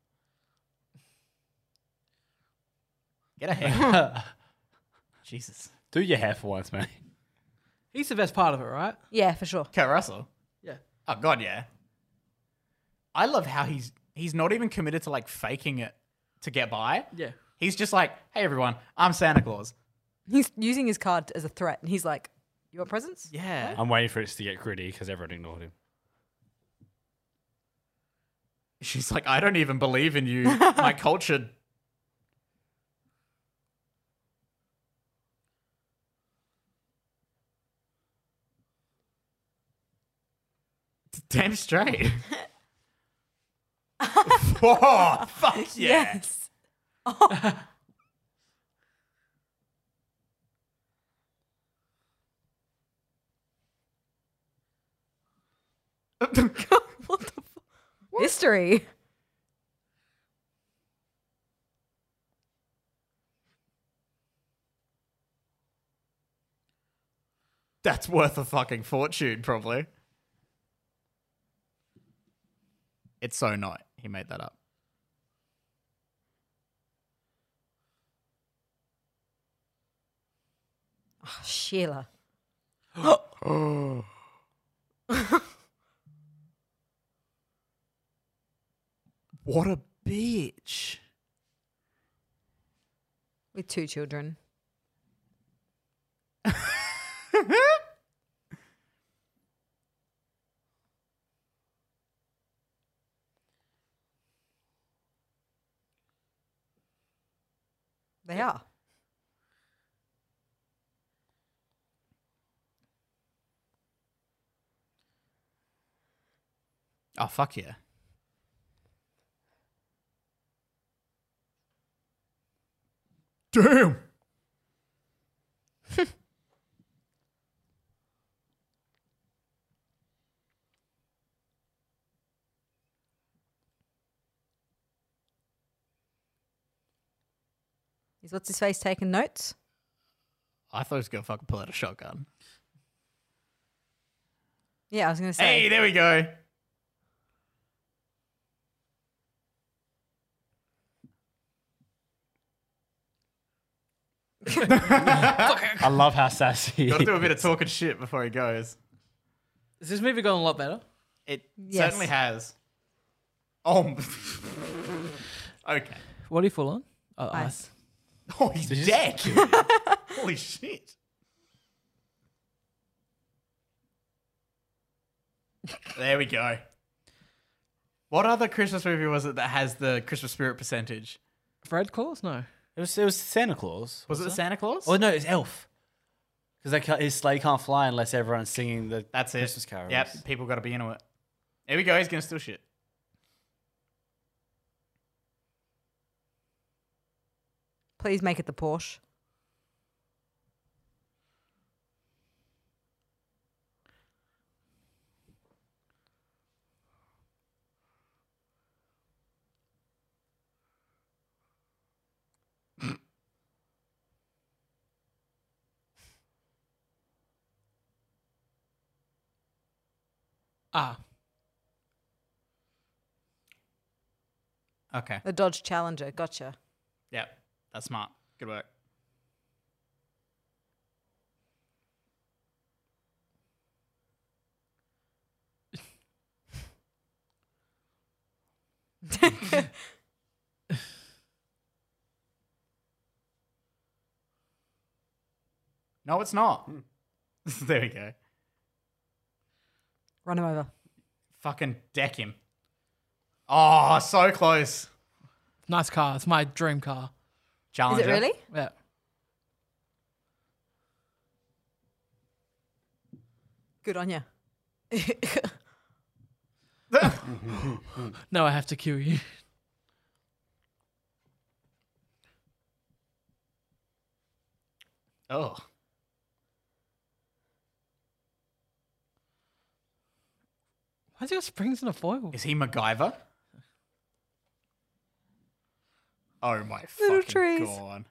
Get a haircut. Jesus.
Do your hair for once, mate.
He's the best part of it, right?
Yeah, for sure.
Kurt Russell.
Yeah.
Oh god, yeah. I love how he's he's not even committed to like faking it to get by.
Yeah.
He's just like, hey everyone, I'm Santa Claus.
He's using his card as a threat, and he's like, "You want presents?
Yeah.
I'm waiting for it to get gritty because everyone ignored him.
She's like, I don't even believe in you. My culture. Damn straight. Whoa, fuck yeah.
Yes. what the fuck? History.
That's worth a fucking fortune, probably. It's so not. He made that up.
Oh, Sheila.
Oh. What a bitch.
With two children. They are.
Oh fuck yeah. Damn.
Is what's his face taking notes?
I thought he was gonna fucking pull out a shotgun.
Yeah, I was gonna say.
Hey, there we go.
I love how sassy.
Gotta do a bit of talking shit before he goes.
Is this movie going a lot better?
It
Yes.
certainly has. Oh. okay.
What are you full on? Oh,
Ice.
Oh, he's
you
dead. Holy shit. There we go. What other Christmas movie was it that has the Christmas spirit percentage?
Fred Claus? No.
It was, it was Santa Claus.
Was it the Santa Claus?
Oh no, it's Elf. Because his sleigh can't fly unless everyone's singing the
That's it.
Christmas carols.
Yep, people got to be into it. Here we go. He's gonna steal shit.
Please make it the Porsche.
Ah.
Okay.
The Dodge Challenger. Gotcha.
Yep. That's smart. Good work. No, it's not. there we go.
Run him over.
Fucking deck him. Oh, so close.
Nice car. It's my dream car.
Challenger.
Is it really?
Yeah.
Good on you.
No, I have to kill you.
Oh.
Why's he got springs in a foil?
Is he MacGyver? Oh my fucking
Little trees.
god.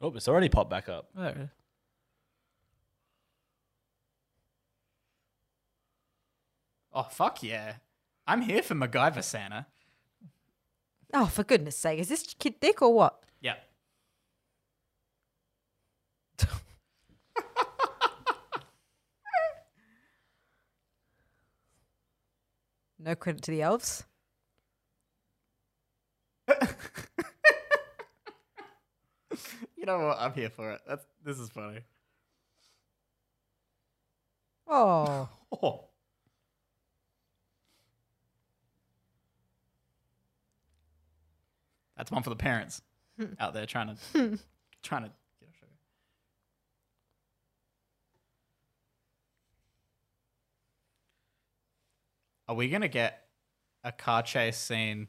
Oh, it's already popped back up.
Oh, there it is.
Oh fuck yeah. I'm here for MacGyver Santa.
Oh, for goodness sake. Is this kid thick or what?
Yep.
No credit to the elves.
You know what? I'm here for it. That's this is funny.
Oh.
Oh. That's one for the parents out there trying to trying to get a sugar. Are we gonna get a car chase scene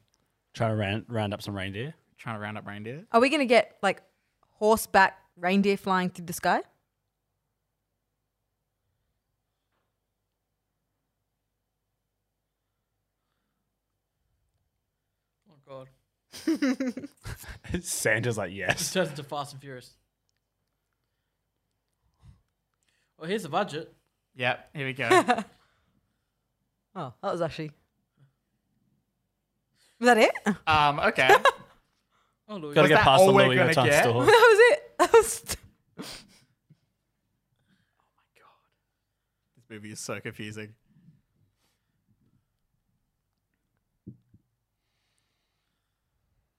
Trying to round, round up some reindeer.
trying to round up reindeer?
Are we going to get like horseback reindeer flying through the sky?
Oh, God.
Santa's like,
This
yes.
turns into Fast and Furious. Well, here's the budget.
Yep, here we go.
Oh, that was actually. Was that it? That
um, okay.
Oh, Louis.
Gotta
Was
get
that
past
all
the
we're
Louis
gonna
Vuitton
get?
store.
was it. That was.
This movie is so confusing.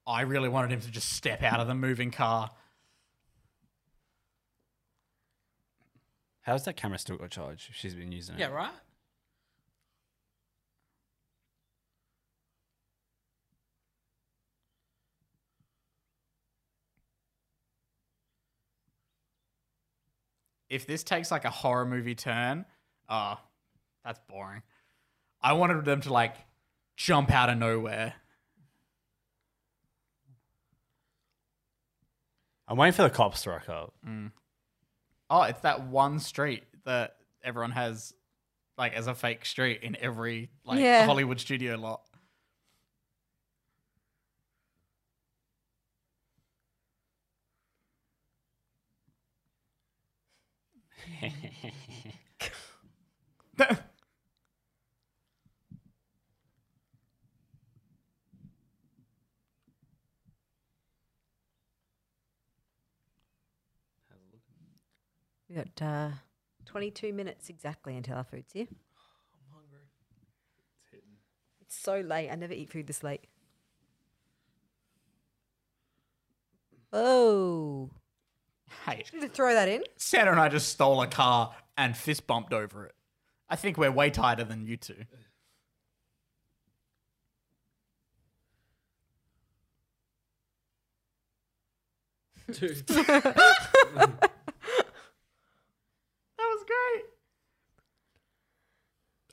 I really wanted him to just step out of the moving car.
How's that camera still got charge? If she's been using it.
Yeah, right?
If this takes like a horror movie turn, oh, that's boring. I wanted them to like jump out of nowhere.
I'm waiting for the cops to rock up.
Oh, it's that one street that everyone has like as a fake street in every like
Yeah.
Hollywood studio lot.
We got uh, 22 minutes exactly until our food's here. I'm hungry. It's so late. I never eat food this late. Oh.
hey,
Did you throw that in?
Santa and I just stole a car and fist bumped over it. I think we're way tighter than you two. That was great.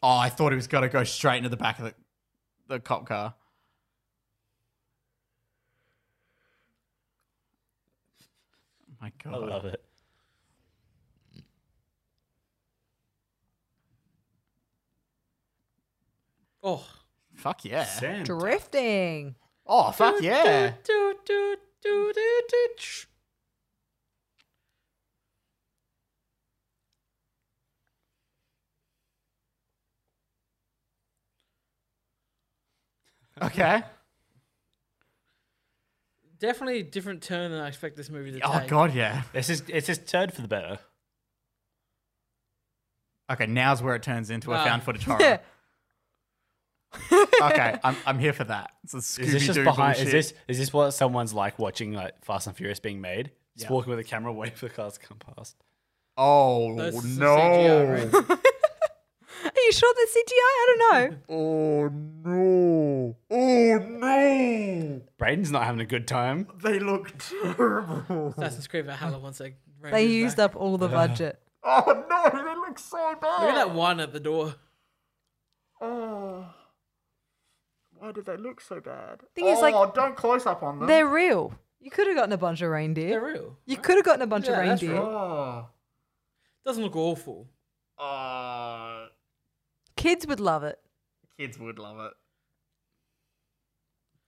Oh, I thought he was gonna go straight into the back of the, the cop car. Oh My God.
I love it.
Oh.
Fuck yeah.
Sam.
Drifting.
Oh, fuck yeah.
Do, do, do, do, do, tsh.
Okay.
Definitely a different turn than I expect this movie to take.
Oh, God, yeah.
This is it's his turn for the better.
Okay, now's where it turns into a
Ah.
found footage horror. okay, I'm, I'm here for that. It's a
Is this
Scooby
just
Doo
behind?
bullshit.
Is this is this what someone's like watching like Fast and Furious being made? Just
Yeah.
walking with a camera, waiting for the cars to come past.
oh
That's some
no!
CGI, right?
Are you sure that's CGI? I don't know.
Oh no! Oh no!
Braden's not having a good time.
They look terrible.
Assassin's Creed Valhalla once I
They used up all the budget.
Oh no! They look so
Look at
bad.
that one at the door.
Oh, why do they look so bad?
Thing is,
Oh,
like-
Oh, don't close up on them.
They're real. You could have gotten a bunch of
They're
reindeer.
real.
You could have gotten a bunch of
Yeah, that's
reindeer.
right.
Oh.
Doesn't look awful.
Uh,
Kids would love it.
kids would love it.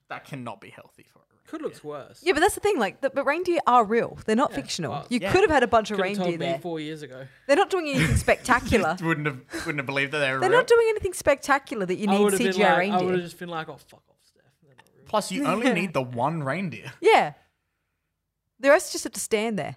That cannot be healthy for it.
Could looks worse.
Yeah, but that's the thing. Like, the, but reindeer are real. They're not fictional.
well,
you
yeah.
could have had a bunch of
Could have
reindeer
told me
there.
four years ago.
They're not doing anything spectacular.
Wouldn't have wouldn't have believed that they were
They're
real.
not doing anything spectacular that you
I
need
would have
CGI
been like, I
reindeer.
would have just been like, oh fuck off, Steph. They're not real.
Plus, you only need the one reindeer.
Yeah. The rest just have to stand there.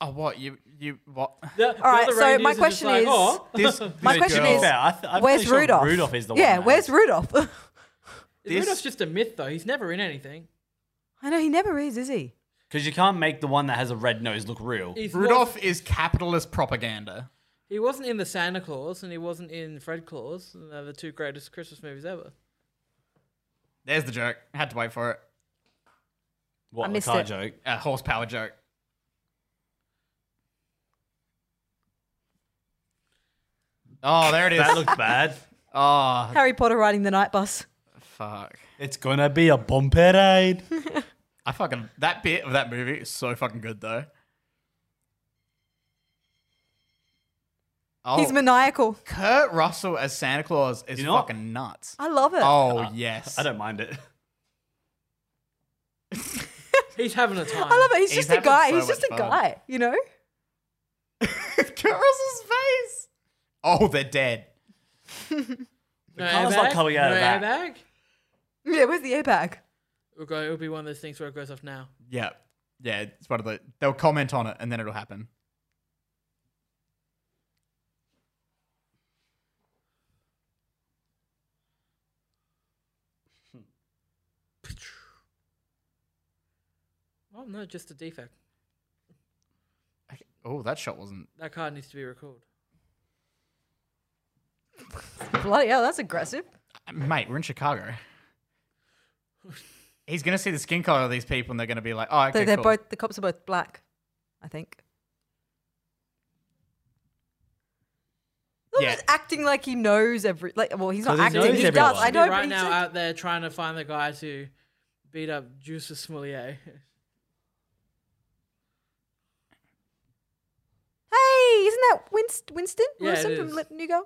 Oh, what you you what?
The- the
right,
other
so my
reindeers are just
question
like,
is-
oh,
This,
My
this
question
To be
girl-
is,
fair, I th- I'm
where's
pretty sure
Rudolph?
Rudolph is the one.
yeah,
that-
where's Rudolph?
This-
Rudolph's just a myth though. He's never in anything.
I know he never is, is he?
Because you can't make the one that has a red nose look real.
He's not-
Rudolph is capitalist propaganda.
he wasn't in the Santa Claus and he wasn't in Fred Claus. and They're the two greatest Christmas movies ever.
There's the joke. Had to wait for it.
What
I
the
missed
car
it.
joke?
A horsepower joke. Oh, there it is.
That looked bad.
oh,
Harry Potter riding the night bus.
fuck.
It's gonna be a bomb parade.
I fucking that bit of that movie is so fucking good though. Oh,
He's maniacal.
Kurt Russell as Santa Claus is
You know what?
fucking nuts.
I love it.
Oh yes,
I don't mind it.
He's having a time.
I love it. He's,
He's
just a
having
guy.
so
He's just
much
a
fun.
guy, you know?
Kurt Russell's face. Oh, they're dead.
No
car's not coming out
no
of that.
Airbag?
Yeah, where's the airbag?
It'll, go, it'll be one of those things where it goes off now.
Yeah, yeah. It's one of the. They'll comment on it and then it'll happen.
Oh no, just a defect.
Oh, that shot wasn't.
That card needs to be recalled.
Bloody hell, that's aggressive.
Mate, we're in Chicago. He's gonna see the skin color of these people, and they're gonna be like, "Oh, okay,
they're, they're
cool.
both the cops are both black, I think. Look,
Yeah.
he's acting like he knows every like. Well, he's not
he
acting.
knows
He
everyone.
does. I know. but
right
he's
now
just-
out there trying to find the guy to beat up Juices Smollier.
Hey, isn't that Winst- Winston?
Yeah, it
Wilson from
is.
Lit- New Girl?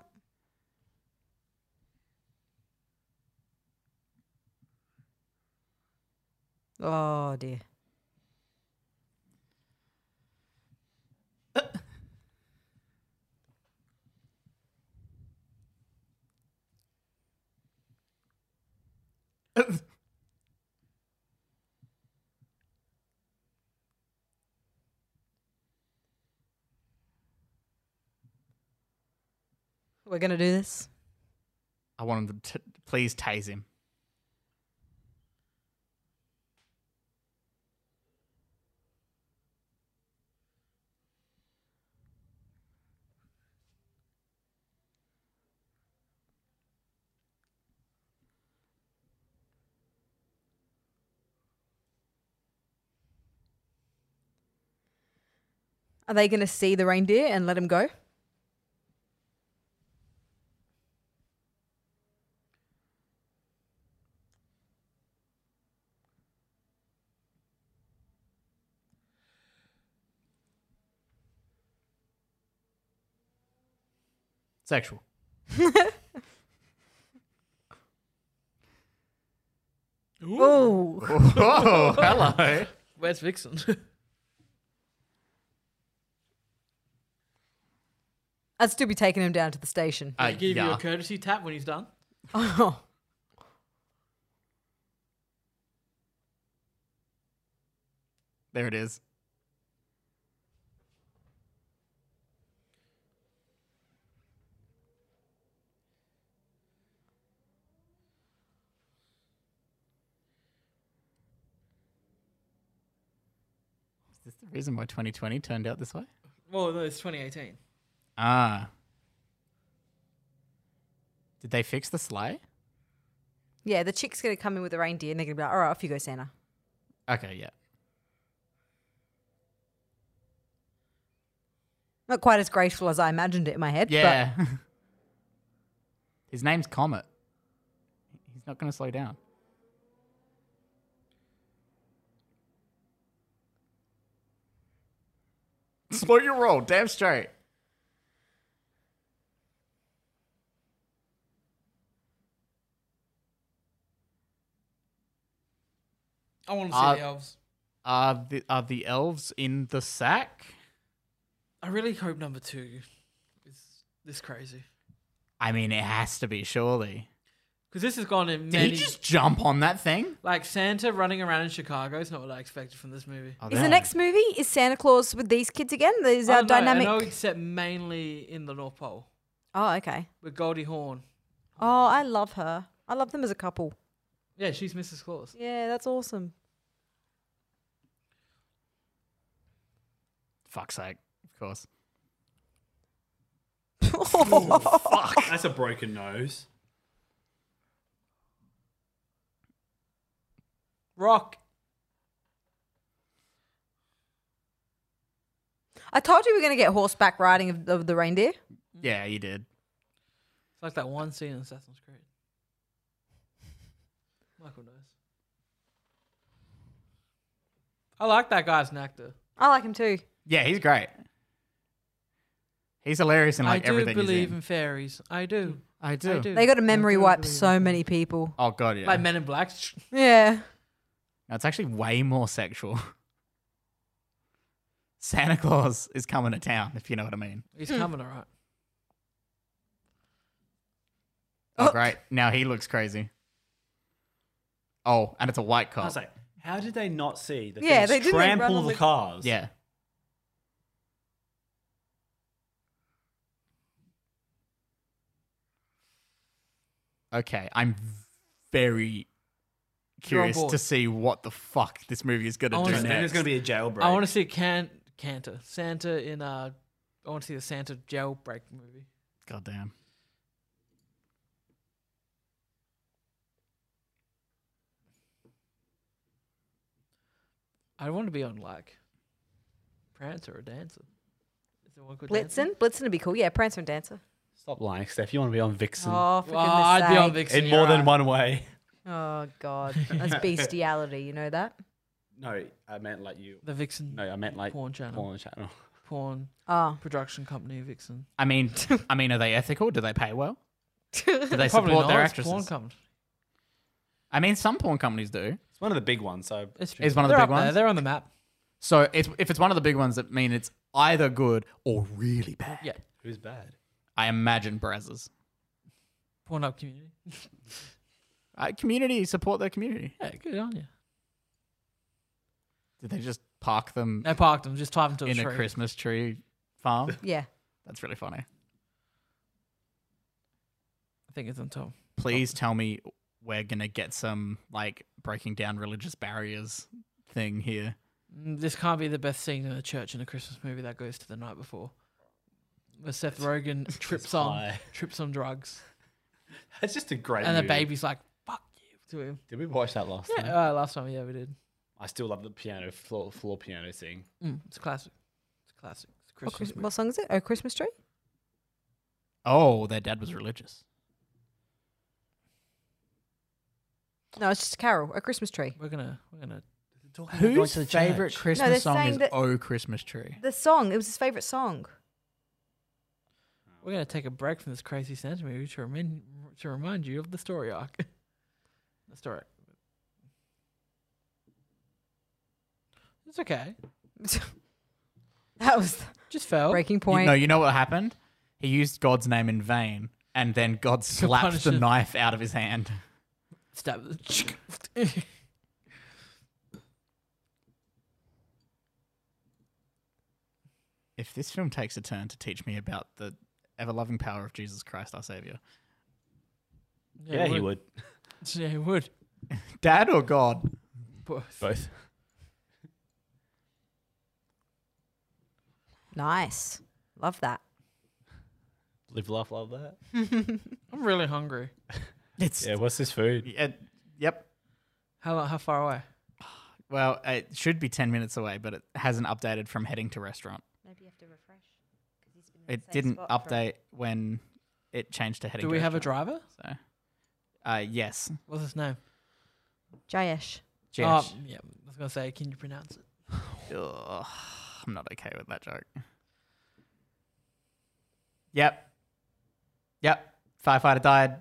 Oh dear. We're gonna do this.
I want him to t- please tase him.
Are they gonna see the reindeer and let him go?
Sexual.
Ooh.
Whoa, Oh, hello.
Where's Vixen?
I'd still be taking him down to the station.
Uh,
give you
yeah.
a courtesy tap when he's done.
Oh.
There it is. Is this the reason why 2020 turned out this way?
Well, no, it's 2018.
Ah. Did they fix the sleigh?
Yeah, the chick's gonna come in with the reindeer and they're gonna be like, all right, off you go, Santa.
Okay, yeah.
Not quite as graceful as I imagined it in my head.
Yeah. His name's Comet. He's not going to slow down. Slow your roll, damn straight.
I want to see
Uh,
the elves.
Are the are the elves in the sack?
I really hope number two is this crazy
I mean, it has to be surely.
because this has gone in
Did
many.
he just jump on that thing?
Like Santa running around in Chicago is not what I expected from this movie.
Oh,
But is the
damn.
next movie is Santa Claus with these kids again? Is
I
our
don't know, and
dynamic?
I would set mainly in the North Pole
Oh, okay.
with Goldie Hawn.
Oh, I love her. I love them as a couple.
Yeah, she's Mrs. Claus.
Yeah, that's awesome.
Fuck's sake! Of course.
That's a broken nose.
Rock.
I told you we were going to get horseback riding of, of the reindeer.
Yeah, you did.
It's like that one scene in Assassin's Creed. Michael knows. I like that guy as an actor.
I like him too.
Yeah, he's great. He's hilarious in like
I do
everything. he's
believe
in.
in fairies. I do.
I
I
do.
do.
They got to memory wipe so many people.
Oh god, yeah.
Like Men in Black.
Yeah.
No, it's actually way more sexual. Santa Claus is coming to town, if you know what I mean.
He's
Hmm.
coming, all right.
Oh,
Oh.
great. Now he looks crazy. Oh, and it's a white
I
car.
was like, how did they not see the
Yeah,
things
they didn't run
trample
on
the,
the-
cars?
yeah. Okay, I'm very curious
board.
to see what the fuck this movie is gonna
I
do
wanna
next.
see-
then there's gonna be a jailbreak.
I want to see Can Cantor Santa in uh, I want to see the Santa jailbreak movie.
God damn.
I want to be on like Prancer or Dancer. Is there one called Dancer?
Blitzen? Blitzen would be cool. Yeah, Prancer and Dancer.
Stop lying, Steph. You want to be on Vixen
Oh, for
Oh, I'd be on
goodness
Vixen.
in
you're
more than
right.
one way.
sake. Oh, God. That's bestiality. You know that?
No, I meant like you.
The Vixen
No, I meant like
porn
porn,
channel, porn.
porn channel.
Oh.
production company Vixen.
I mean, I mean, are they ethical? Do they pay well? Do they
Probably
support
not.
their
it's
actresses?
porn company.
I mean, some porn companies do.
It's one of the big ones. So
It's
It's one of the
They're
big
up there.
ones.
They're on the map.
So it's, if it's one of the big ones, that mean it's either good or really bad.
Yeah,
Who's bad?
I imagine Brazzers.
porn up community.
Uh, community support their community.
Yeah, good on you.
Did they just park them
They parked them. Just tie them to a
in
tree.
a Christmas tree farm?
Yeah.
That's really funny.
I think it's on top.
Please tell me we're gonna get some like breaking down religious barriers thing here.
Mm, This can't be the best scene in a church in a Christmas movie that goes to the night before. Where Seth Rogen trips on
high.
trips on drugs,
it's just a great.
and the
movie.
baby's like "fuck you" to him.
Did we watch that last time?
Yeah, uh, last time, yeah, we did.
I still love the piano floor, floor piano thing.
Mm, it's classic. It's classic. It's a
What,
Christmas.
Christ-
movie.
what song is it? Oh, Christmas Tree?
Oh, their dad was religious.
No, it's just a carol. A Christmas Tree.
We're gonna, we're gonna.
Whose favorite Christmas
they're
song
saying
is
that-
"Oh Christmas Tree"?
The song. It was his favourite song.
We're gonna take a break from this crazy Santa movie to remind to remind you of the story arc. the story. It's okay.
That was the
Just fell.
breaking
You
point.
know, you know what happened? He used God's name in vain, and then God slapped
punish
the
him.
knife out of his hand.
Stab.
If this film takes a turn to teach me about the ever-loving power of Jesus Christ, our Savior,
Yeah, he would.
Yeah, he would.
Dad or God?
Both.
Both.
nice. Love that.
Live, laugh, love that.
I'm really hungry.
It's
Yeah, what's this food?
yeah. yep.
How lo- how far away?
Well, it should be ten minutes away, but it hasn't updated from heading to restaurant.
Maybe you have to refresh.
It didn't update when it changed to heading.
Do
to
we have a
restaurant,
driver?
So, uh, yes,
What's his name?
Jayesh.
Josh.
Um, yeah, I was gonna say, can you pronounce it?
Ugh, I'm not okay with that joke. Yep. Yep. Firefighter died.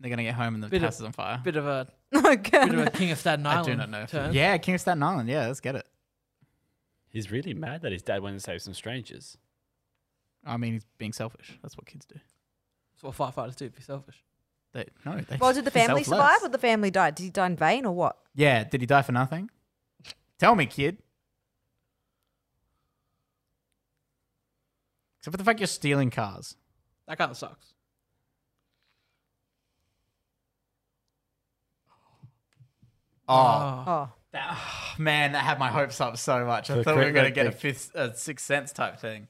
They're gonna get home and the
Bit of-
house is on fire.
Bit of a
Okay.
bit of a King of Staten
I
Island.
do not know. if-
Turn.
Yeah, King of Staten Island. Yeah, let's get it.
He's really mad that his dad went and saved some strangers.
I mean, he's being selfish. That's what kids do.
That's what firefighters do. Be selfish.
They no. They
Well, did the family
selfless.
survive or the family die? Did he die in vain or what?
Yeah. Did he die for nothing? Tell me, kid. Except for the fact you're stealing cars.
That kind of sucks.
Oh,
Oh,
man, that had my hopes up so much. I
The
thought we were
crit-
going to
the-
get a
the-
fifth, a sixth sense type thing.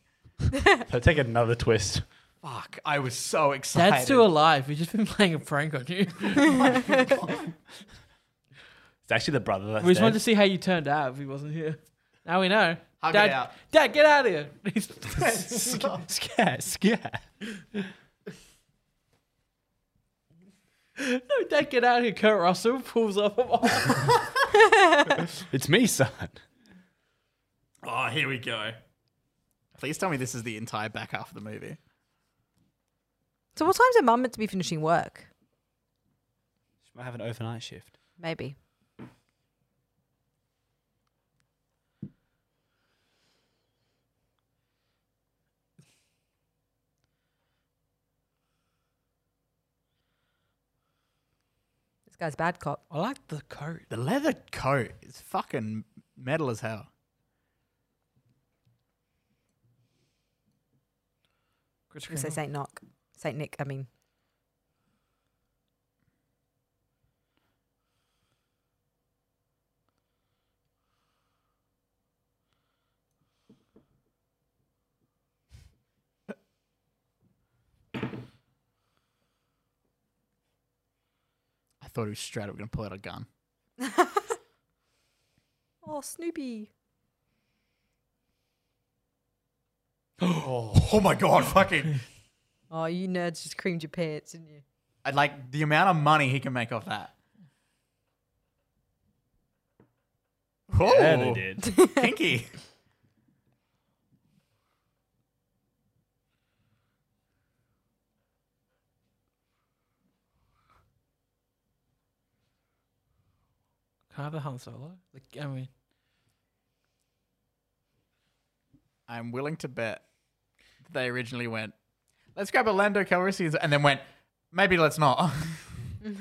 So take another twist.
Fuck, I was so excited.
Dad's still alive. We've just been playing a prank on you.
It's actually the brother that's
we just
dead.
wanted to see how you turned out if he wasn't here. Now we know.
Hug it
Dad,
out.
Dad, get out of here. He's-
Scare, scare.
no, Dad, get out of here. Kurt Russell pulls up.
It's me, son.
Oh, here we go. Please tell me this is the entire back half of the movie.
so what time's her mum meant to be finishing work?
She might have an overnight shift.
Maybe. This guy's bad cop.
I like the coat.
The leather coat is fucking metal as hell.
Chris
I say Saint Knock, Saint Nick. I mean,
thought he was straight up going to pull out a gun.
Oh, Snoopy.
Oh my god, fucking.
Oh, you nerds just creamed your pants, didn't you?
I'd like the amount of money he can make off that. Oh,
Yeah, they did.
kinky.
Can I have the Han Solo? Like, I mean,
I'm willing to bet they originally went, let's grab Orlando Calrissian's, and then went, maybe let's not.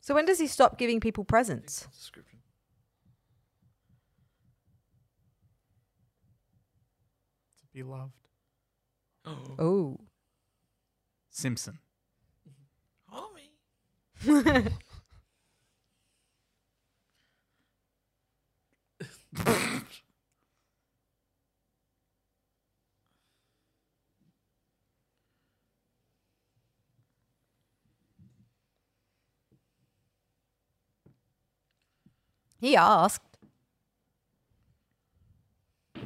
So when does he stop giving people presents?
Be loved.
Oh.
Simpson.
homie.
He asked.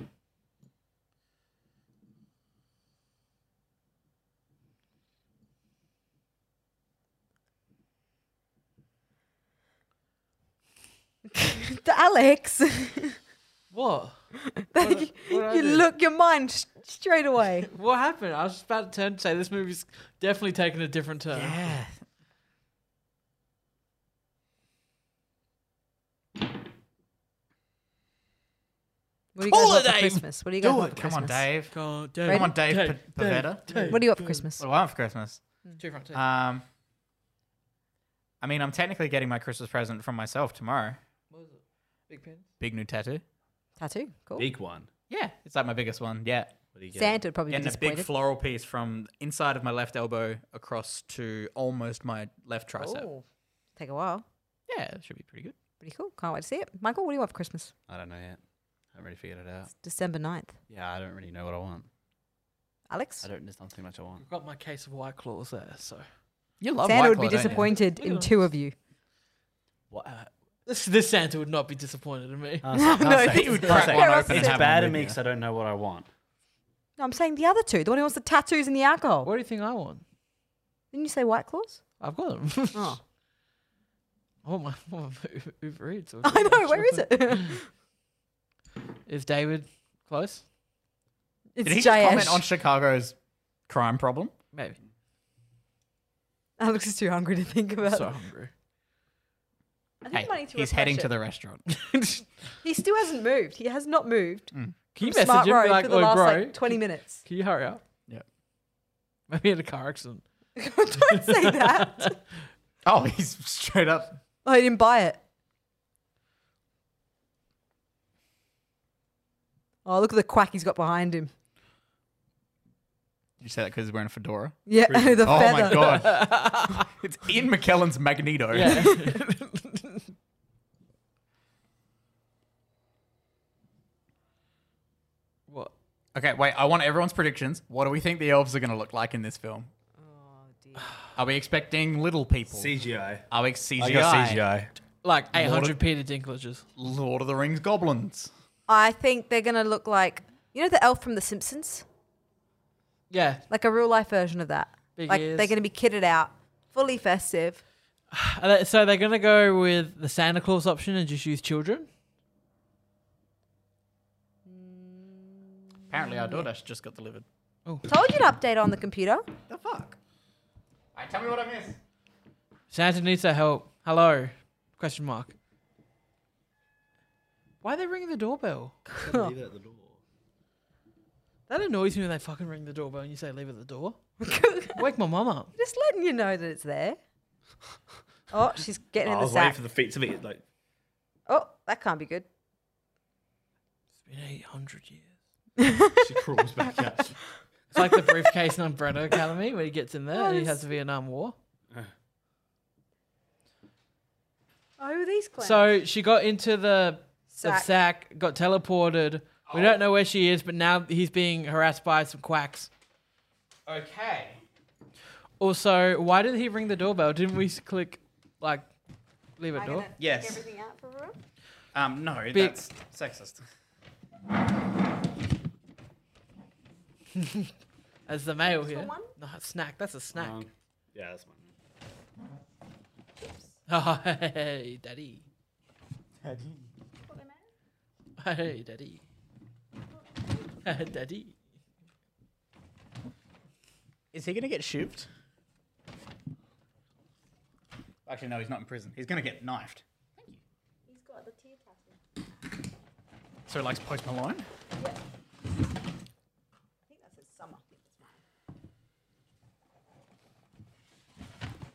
to Alex,
What?
you,
what I
you
did?
look your mind sh- straight away.
What happened? I was just about to turn to say this movie's definitely taken a different turn.
Yeah.
What do you guys
Call
want
it,
for
Dave.
Christmas? What do you guys
Do
want
it.
for
Come on,
Christmas?
Dave.
Go on, Dave.
Come on, Dave
Dave,
P- Pavetta.
Dave.
What do you want for Christmas?
What do I want for Christmas?
Two front, two.
Um, I mean, I'm technically getting my Christmas present from myself tomorrow.
What was it? Big pins.
Big new tattoo.
Tattoo. Cool.
Big one.
Yeah, it's like my biggest one yet.
What do you get?
Santa would probably be
Getting a big
disappointed.
floral piece from inside of my left elbow across to almost my left tricep.
oh, take a while.
Yeah, it should be pretty good.
Pretty cool. Can't wait to see it. Michael, what do you want for Christmas?
I don't know yet. I haven't really figured it
Uh,
out.
It's December 9th.
Yeah, I don't really know what I want.
Alex?
I don't. There's not too much I want.
I've got my case of White Claws there, so.
You love
Santa
White
would be
Claw, don't you?
disappointed in two of you.
What? Uh,
This, this Santa would not be disappointed in me.
no,
I think
you would crack one open and
It's
have
bad
one
at me
with
because I don't know what I want.
No, I'm saying the other two. The one who wants the tattoos and the alcohol.
What do you think I want?
Didn't you say White Claws?
I've got them.
Oh.
I want my, I want my U- Uber Eats. or
I know.
DoorDash.
Where is it?
Is David close?
It's
Did he
Jayesh.
comment on Chicago's crime problem?
Maybe.
Alex is too hungry to think about
so
it.
hungry.
I think
Hey,
I'm wanting to
he's
refresh
heading to
it.
the restaurant.
He still hasn't moved. He has not moved.
Can you
from
message
Smart
him
Road
be like,
for
"Oh,
the
"Oi,
last
bro,
like 20 minutes.
can you hurry up?
Yeah.
Maybe in a car accident.
Don't say that.
oh, he's straight up.
I didn't buy it. Oh, look at the quack he's got behind him.
You say that because he's wearing a fedora?
Yeah,
Really?
the
oh
feather.
my god. it's Ian McKellen's Magneto.
What?
Okay, wait, I want everyone's predictions. What do we think the elves are going to look like in this film?
Oh,
Are we expecting little people?
CGI.
Are we CGI?
I got CGI.
Like
Lord
800
of-
Peter Dinklages.
Lord of the Rings goblins.
I think they're gonna look like you know the elf from The Simpsons,
Yeah.
like a real life version of that.
Big
like
ears.
they're gonna be kitted out, fully festive.
Are they- So they're going to go with the Santa Claus option and just use children?
Apparently, our DoorDash just got delivered.
Told you to update on the computer.
The fuck? Alright, tell me what I missed.
Santa needs their help. Hello? Question mark. Why are they ringing the doorbell?
Leave it at the door.
That annoys me when they fucking ring the doorbell and you say leave it at the door. Wake my mum up.
Just letting you know that it's there. Oh, she's getting in the sack.
the feet to be like.
Oh, that can't be good.
It's been 800 years.
She crawls back out.
It's like the briefcase in Umbrella Academy where he gets in there and he has the Vietnam War.
Oh, these clowns. Oh,
So she got into the the
Sack.
sack, got teleported, We don't know where she is, but now he's being harassed by some quacks.
Okay.
Also, why did he ring the doorbell? Didn't we s- click, like, leave it door?
Yes.
Everything out for everyone?
Um, no,
Big-
that's sexist.
As the male here.
one?
No, it's snack. That's a snack.
Um, yeah, that's mine.
Oh, hey, daddy.
What am I?
Hey, daddy. daddy.
Is he gonna get shooped?
Actually, no, he's not in prison. He's gonna get knifed.
He's got the tear tattoo.
So he likes Post Malone?
I think that's his summer.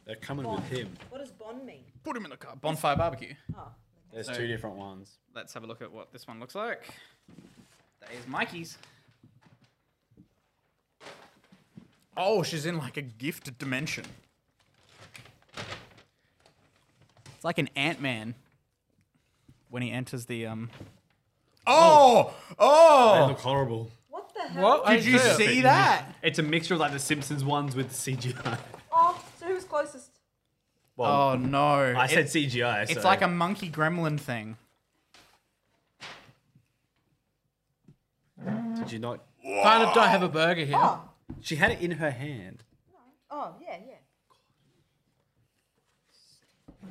They're coming with him.
What does Bond mean?
Put him in the car. Bonfire barbecue.
Oh.
There's
So-
two different ones.
Let's have a look at what this one looks like. That is Mikey's.
Oh, she's in like a gifted dimension. It's like an Ant Man when he enters the um. Oh,
They
oh!
look horrible.
What the hell?
What?
Did you
I see it.
see that?
It's a mixture of like the Simpsons ones with CGI.
Oh, so who's closest?
Well,
Oh no!
I said
It-
CGI.
it's
so-
like a monkey gremlin thing.
Did you not?
Kind of. Do I have a burger here?
Oh.
She had it in her hand.
Oh, yeah,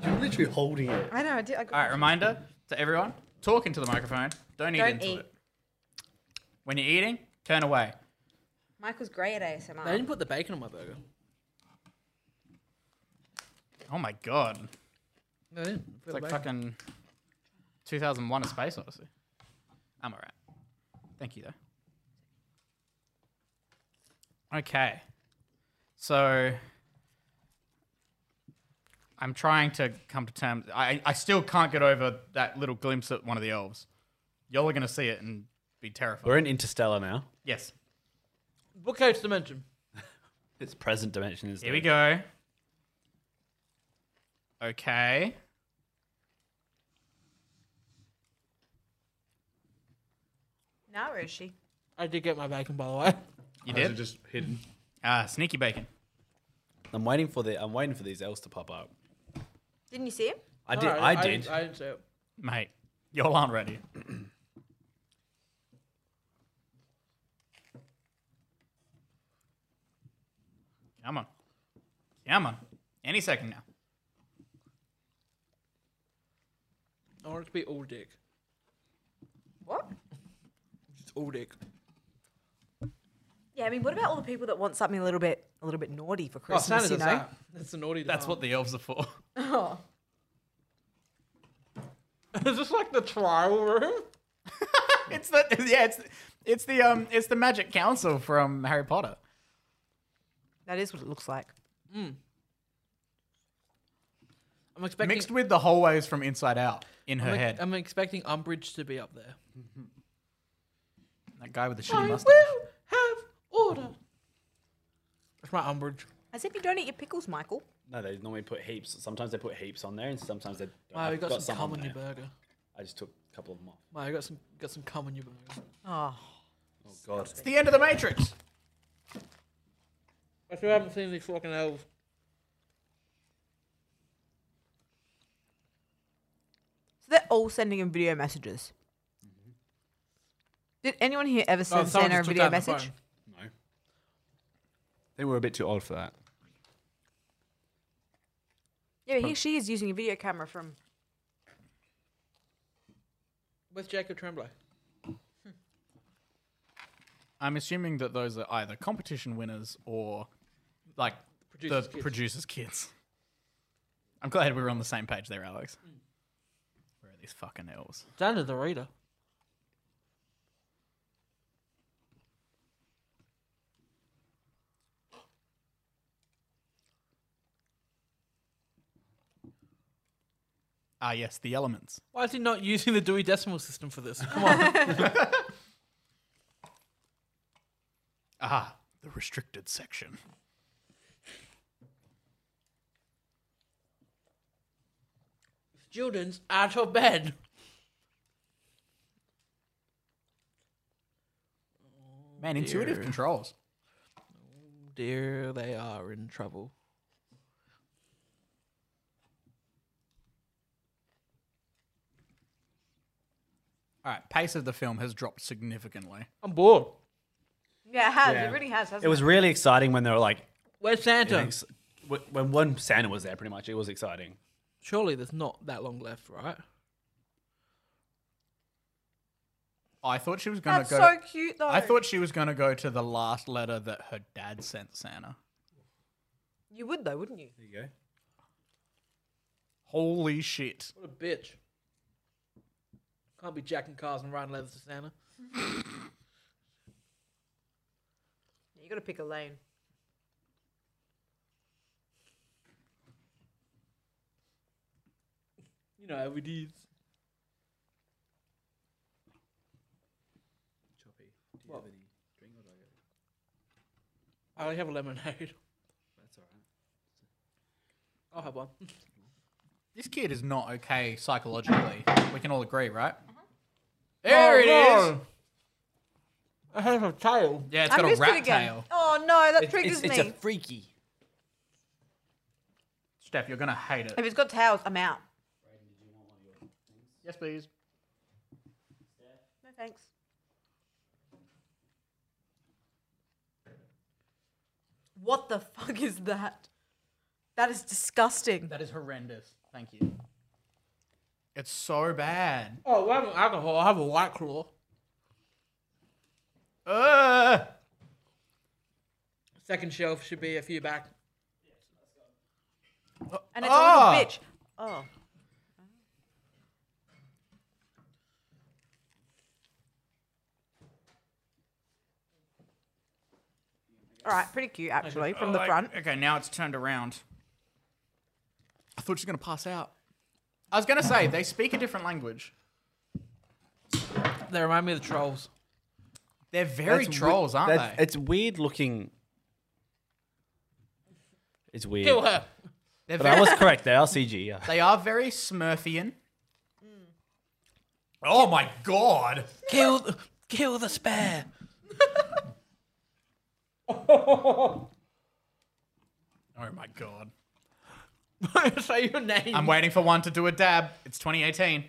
yeah.
You're literally holding it.
I know, I did. I got
All right, reminder to everyone: talk into the microphone. Don't eat
Don't
into
eat.
it. When you're eating, turn away.
Michael's grey at
They
ASMR.
didn't put the bacon on my burger.
Oh my god!
They didn't.
It's like fucking 2001: A Space Odyssey. I'm alright. Thank you though. Okay, so I'm trying to come to terms. I I still can't get over that little glimpse at one of the elves. Y'all are gonna see it and be terrified.
We're in Interstellar now.
Yes.
What coach dimension?
It's present dimension, isn't
Here
it?
we go. Okay.
Now, where is she?
I did get my bacon, by the way.
You did?
just hidden.
Ah, sneaky bacon.
I'm waiting for the. I'm waiting for these elves to pop up.
Didn't you see him?
I did.
No,
I did.
I didn't see it.
Mate, y'all aren't ready. Come on. Come on. Any second now.
I want it to be all dick.
What?
Just all dick.
Yeah, I mean, what about all the people that want something a little bit, a little bit naughty for
Oh,
Christmas?
Santa does
you know.
that. That's a naughty.
That's what the elves are for.
Oh.
Is this like the trial room?
it's the yeah, it's it's the um it's the magic council from Harry Potter.
That is what it looks like.
I'm expecting.
Mixed with the hallways from inside out in her
I'm,
head.
I'm expecting Umbridge to be up there.
that guy with the
I
shitty mustache.
will have order. That's my Umbridge.
As if you don't eat your pickles, Michael.
No, they normally put heaps. Sometimes they put heaps on there, and sometimes they. don't.
Wow,
I've
you got, some
on
cum on
there.
your burger.
I just took a couple of them off.
Wow, you got some got some cum on your burger.
Oh.
Oh god.
It's the end of the Matrix.
I still haven't seen these fucking elves.
So they're all sending him video messages. Did anyone here ever send Santa a video message?
No. They were a bit too old for that.
Yeah, here she is using a video camera from.
Where's Jacob Tremblay?
I'm assuming that those are either competition winners or like
Producer's
the
kids.
producers' kids. I'm glad we were on the same page there, Alex.
Hmm.
Where are these fucking elves?
Santa the Reader.
Ah, yes, the elements.
Why is he not using the Dewey Decimal System for this? Come on.
Ah, the restricted section.
Students out of bed.
Man, intuitive controls.
Dear, they are in trouble.
All right, pace of the film has dropped significantly.
I'm bored.
Yeah, it has.
Yeah.
It really has. Hasn't
It was really exciting when they were like,
Where's Santa?
ex- when- when one Santa was there, pretty much. It was exciting.
Surely there's not that long left, right?
I thought she was gonna
That's
go.
so cute, though.
I thought she was gonna go to the last letter that her dad sent Santa.
you would though, wouldn't you?
There you go.
Holy shit!
What a bitch. Can't be jacking cars and riding leathers to Santa.
You got to pick a lane.
You know how it is.
Choppy.
What? I only have a lemonade.
That's all right.
I'll have one.
This kid is not okay psychologically. We can all agree, right?
Uh-huh.
There it
Oh,
is.
I have a tail.
Yeah, it's
I
got a
missed
rat
it again.
tail.
Oh no, that
It's,
triggers
it's, it's
me.
a freaky.
Steph, you're gonna hate it.
if it's got tails, I'm out.
Yes, please.
No thanks. What the fuck is that? That is disgusting.
That is horrendous. Thank you. It's so bad.
Oh, well, I have alcohol. I have a white claw.
Ugh.
Second shelf should be a few back.
And it's a
Ah!
little bitch. Oh. All right, pretty cute actually from the
Like,
front.
Okay, now it's turned around. I thought she was gonna pass out. I was gonna say they speak a different language.
They remind me of the trolls.
They're very
That's
trolls,
we-
aren't
that's-
they?
It's weird looking. It's weird.
Kill her.
They're
But
very,
I was correct. They are CG. Yeah.
they are very Smurfian.
Mm.
Oh my god!
Kill, th- kill the spare.
Oh my god!
Say your name.
I'm waiting for one to do a dab. It's 2018.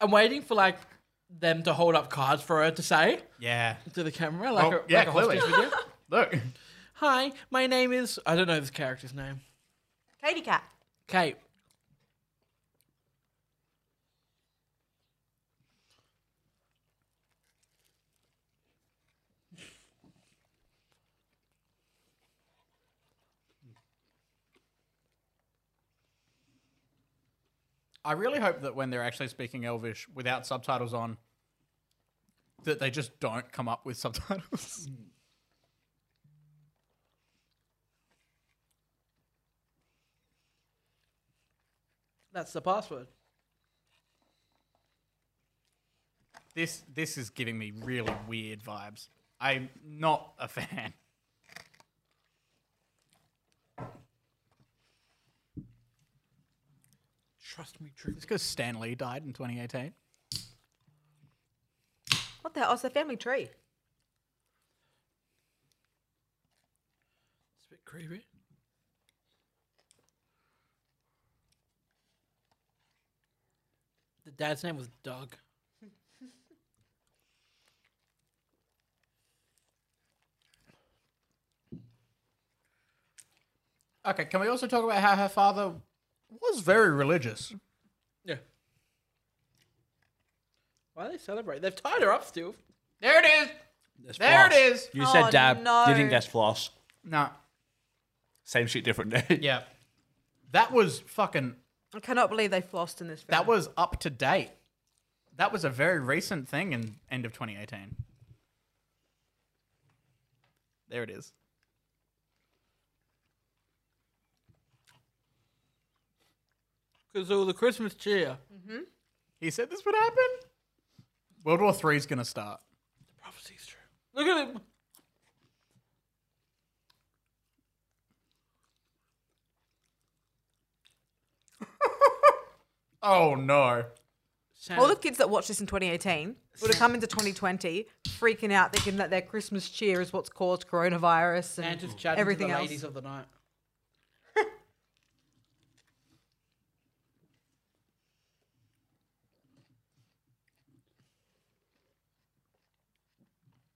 I'm waiting for like them to hold up cards for her to say
Yeah.
to the camera, like
Oh,
a,
yeah,
like a
clearly.
hostage video.
Look.
Hi, my name is I don't know this character's name.
Katie cat.
Kate.
I really hope that when they're actually speaking Elvish without subtitles on, that they just don't come up with subtitles.
That's the password.
this this is giving me really weird vibes. I'm not a fan.
Trust me, truth.
It's because Stan Lee died in 2018.
What the hell? Oh, it's a family tree.
It's a bit creepy. The dad's name was Doug.
Okay, can we also talk about how her father was very religious?
Yeah. Why do they celebrate? They've tied her up still.
There it is. There
Floss.
it is.
You
Oh,
said dab.
no.
You think that's floss?
No.
Same shit, different day.
Yeah. That was fucking.
I cannot believe they flossed in this film.
That was up to date. That was a very recent thing in end of 2018. There it is.
Because all the Christmas cheer.
He said this would happen. World War Three is gonna start.
Prophecy's true. Look at him.
Oh no.
All the kids that watched this in 2018 would have come into 2020 freaking out, thinking that their Christmas cheer is what's caused coronavirus and,
And just chatting to
everything
the
else.
ladies of the night.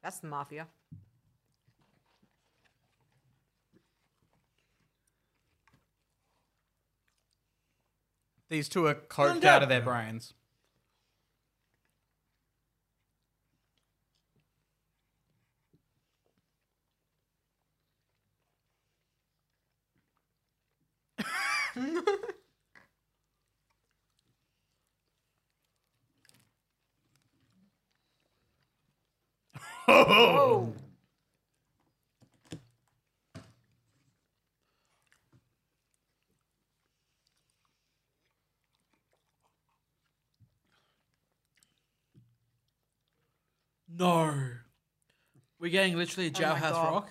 That's the mafia.
These two are coked out of their brains.
Oh,
No. We're getting literally jailhouse
Oh God.
rock.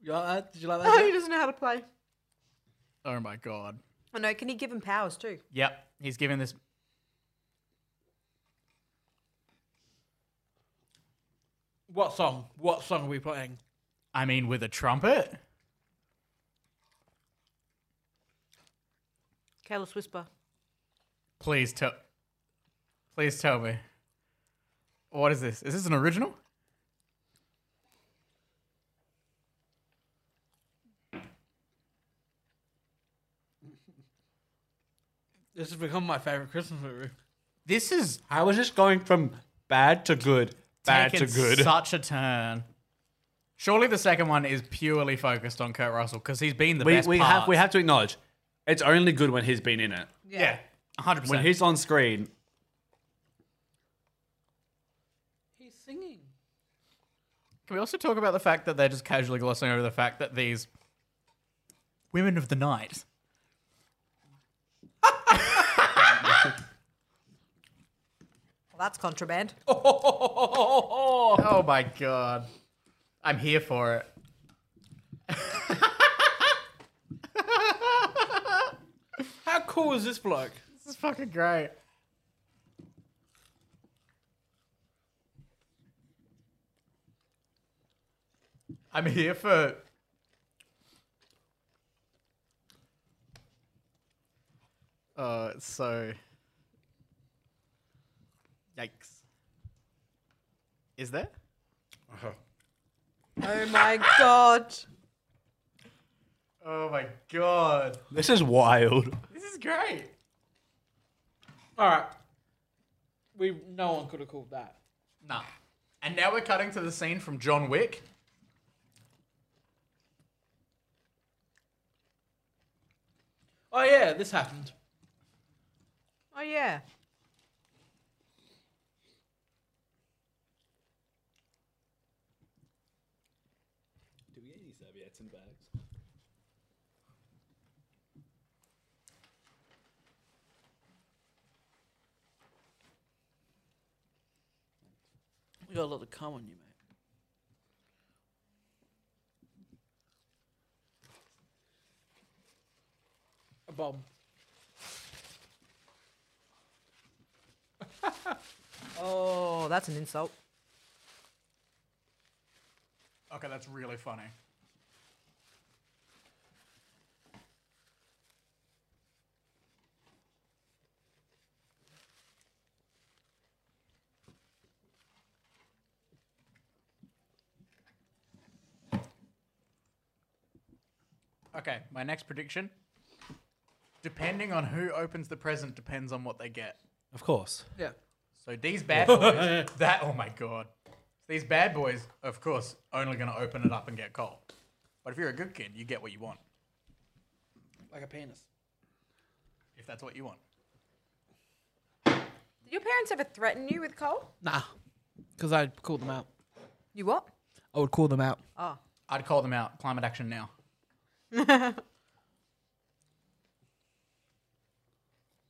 You like that? Did you like that?
oh
Jack?
he doesn't know how to play.
Oh my god.
Oh no, can you give him powers too?
Yep, he's giving this.
What song? What song are we playing?
I mean, with a trumpet.
Careless whisper.
Please tell. Please tell me. What is this? Is this an original?
This has become my favorite Christmas movie.
This is
I was just going from bad to good, bad to
taking
good.
such a turn. Surely the second one is purely focused on Kurt Russell because he's been the
we
best
we
part.
have we have to acknowledge, it's only good when he's been in it.
yeah, hundred
When
percent.
he's on screen,
He's singing.
Can we also talk about the fact that they're just casually glossing over the fact that these women of the night?
Well, that's contraband.
Oh my god, I'm here for it.
How cool is this bloke?
This is fucking great. I'm here for. Oh, it's so. Yikes. Is there?
Oh my god.
Oh my god.
this is wild.
This is great.
All right. We no one could have called that.
Nah. And now we're cutting to the scene from John Wick.
Oh yeah, this happened.
Oh yeah.
We got a lot of cum on you, mate. A bomb.
Oh, that's an insult.
Okay, that's really funny. Okay, my next prediction. Depending on who opens the present depends on what they get.
Of course.
Yeah.
So these bad boys, that oh my god, these bad boys, of course, only gonna open it up and get cold. But if you're a good kid, you get what you want,
Like a penis.
if that's what you want.
Did your parents ever threaten you with coal?
Nah. Because I'd call them out.
You what?
I would call them out.
Oh.
I'd call them out. Climate action now.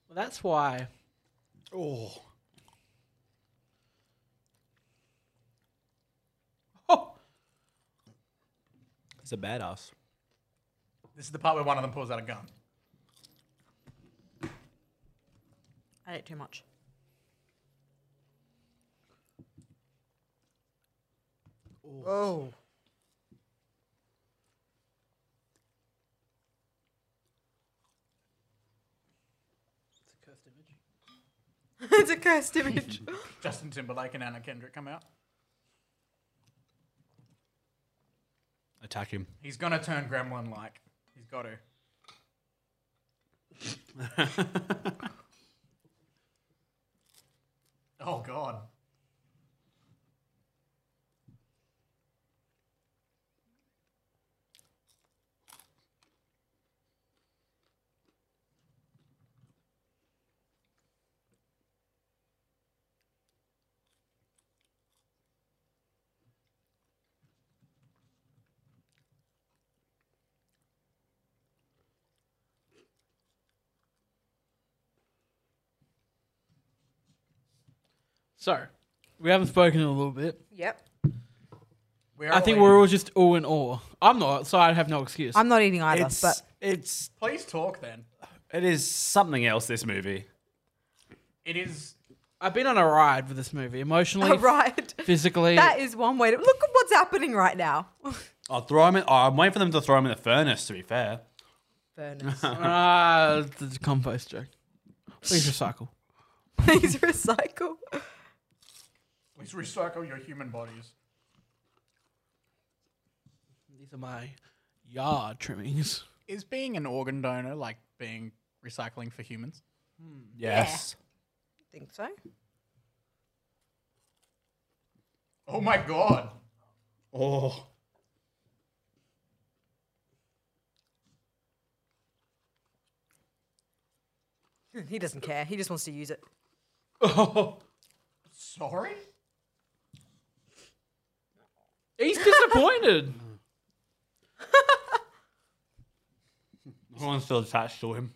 Well, that's why. Oh.
He's a badass.
This is the part where one of them pulls out a gun.
I ate too much.
Oh.
It's a cursed image.
it's a cursed image.
Justin Timberlake and Anna Kendrick come out.
Attack him.
He's gonna turn gremlin like. He's got to. oh god.
So, we haven't spoken in a little bit.
yep.
We're
I think
in.
we're all just all in awe. I'm not, so I have no excuse.
I'm not eating either,
It's
but
it's
Please talk then.
it is something else. This movie.
It is.
I've been on a ride with this movie, emotionally,
right.
physically.
That is one way to look at what's happening right now.
I'll throw him. In, oh, I'm waiting for them to throw him in the furnace. To be fair,
Furnace.
Ah, it's a compost joke. Please recycle.
Please recycle.
Please recycle your human bodies.
These are my yard trimmings.
Is being an organ donor like being recycling for humans?
yes.
Think so?
Oh my god.
Oh,
He doesn't care. He just wants to use it.
Sorry?
He's disappointed.
no one's still attached to him.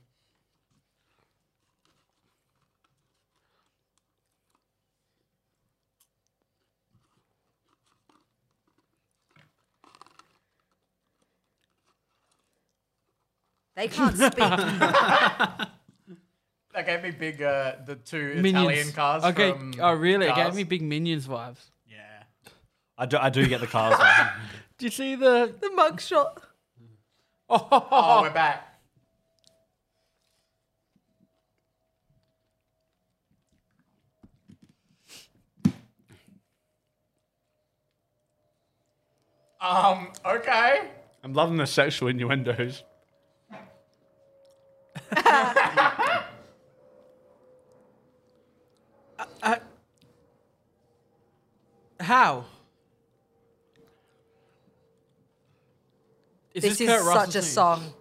They can't speak.
That gave me big, uh, the two
Minions.
Italian cars.
Okay.
from
oh, really? It
Cars.
gave me big Minions vibes.
Yeah.
I do. I do get the cars. though.
Do you see the?
The mugshot.
Oh, we're back. Um, okay.
I'm loving the sexual innuendos.
How?
This is
Kurt Russell's
such a
new?
song.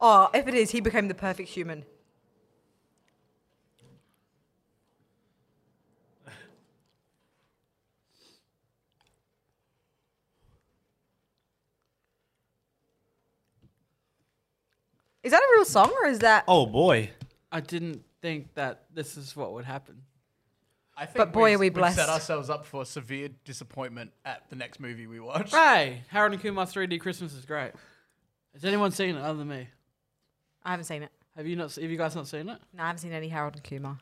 Oh, if it is, he became the perfect human. Is that a real song or is that?
Oh boy.
I didn't think that this is what would happen.
I think
But boy,
we've-
are we blessed.
We've set ourselves up for severe disappointment at the next movie we watch.
Hey, Harold and Kumar 3D Christmas is great. Has anyone seen it other than me?
I haven't seen it.
Have you not? Have you guys not seen it? Ah,
No, I haven't seen any Harold and Kumar.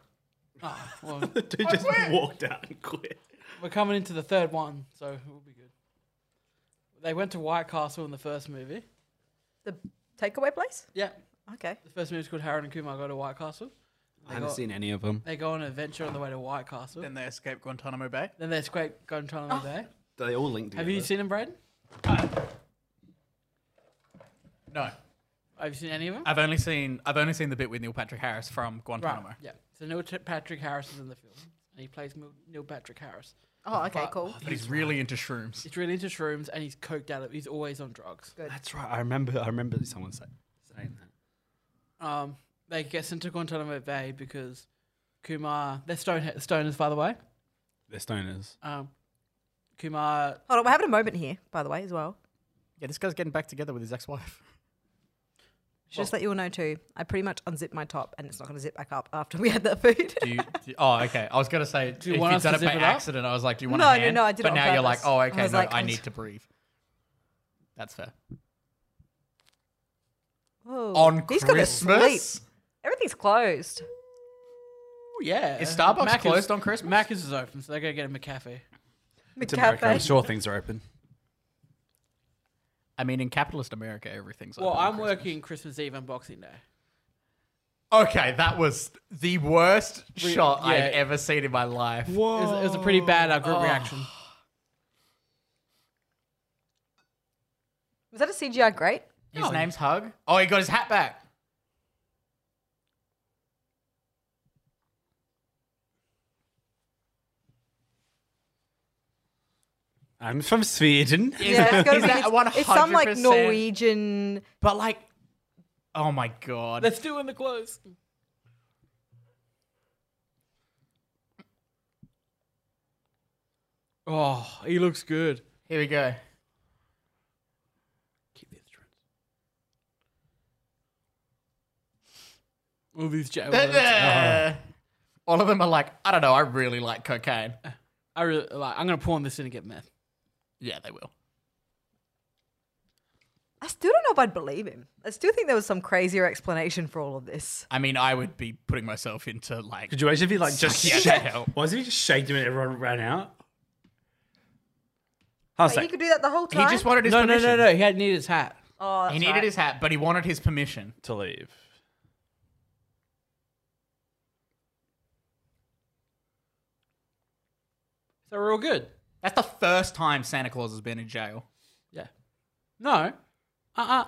Well,
Dude just walked out and quit.
we're coming into the third one, so we'll be good. They went to White Castle in the first movie.
The takeaway place?
Yeah,
Okay.
the first movie is called Harold and Kumar Go to White Castle.
I haven't seen any of them.
They go on an adventure on the way to White Castle.
Then Oh. they escape Guantanamo Bay.
Then they escape Guantanamo Bay.
They all linked
Have you seen them, Braden?
No,
Have you seen any of them?
I've only seen I've only seen the bit with Neil Patrick Harris from Guantanamo.
Right. Yeah. So Neil T- Patrick Harris is in the film, and he plays Mil- Neil Patrick Harris.
Oh, okay, cool.
But he's really into shrooms.
He's really into shrooms, and he's coked out. Of, he's always on drugs.
That's right. I remember. I remember someone say, saying that.
Um, they get sent to Guantanamo Bay because Kumar, they're stone, stoners, by the way.
They're stoners.
Um, Kumar,
Hold on, we're having a moment here, by the way, as well.
Yeah, this guy's getting back together with his ex-wife.
Should Just let you all know too, I pretty much unzipped my top and it's not going to zip back up after we had that food.
Do you, do- oh, okay. I was gonna say,
you
if
want
you
us to
done it by
zip it up?
accident, I was like, do you want
No,
a
no,
hand?
no, I did it
But
on
now you're like,
purpose.
oh,
I
okay,
was
no,
like,
I
I'm
need
s-
to breathe. That's fair.
Whoa.
On
He's gonna
Christmas,
sleep. Everything's closed.
Oh, yeah.
Is Starbucks closed on Christmas?
Macca's is open, so they go get a McCafe.
It's America. I'm sure things are open.
I mean, in capitalist America, everything's.
Well,
open on
I'm
Christmas.
working Christmas Eve and Boxing Day.
Okay, that was the worst shot
yeah.
I've ever seen in my life.
It was, it was a pretty bad uh, group reaction.
Was that a CGI great?
His name's Hug. Oh, he got his hat back.
I'm from Sweden.
Yeah, it's gotta
Is
be-
that
it's, it's some like
100%?
Norwegian.
But like, oh my god.
Let's do in the clothes. Oh, he looks good.
Here we go.
Keep the instruments. All these jail words.
Uh, All of them are like, I don't know. I really like cocaine.
I really like. I'm gonna pawn this in and get meth.
Yeah, they will.
I still don't know if I'd believe him. I still think there was some crazier explanation for all of this.
I mean, I would be putting myself into like.
Could you imagine if he like just
Yeah,
shake?
hell.
Why did he just shake him and everyone ran out?
I was
But he
like,
could do that the whole
He
time.
just wanted his
No, no,
permission.
no, no. He had needed his hat.
Oh,
He needed his hat, but he wanted his permission.
to leave.
So we're all good.
That's the first time Santa Claus has been in jail.
Yeah. No. Uh uh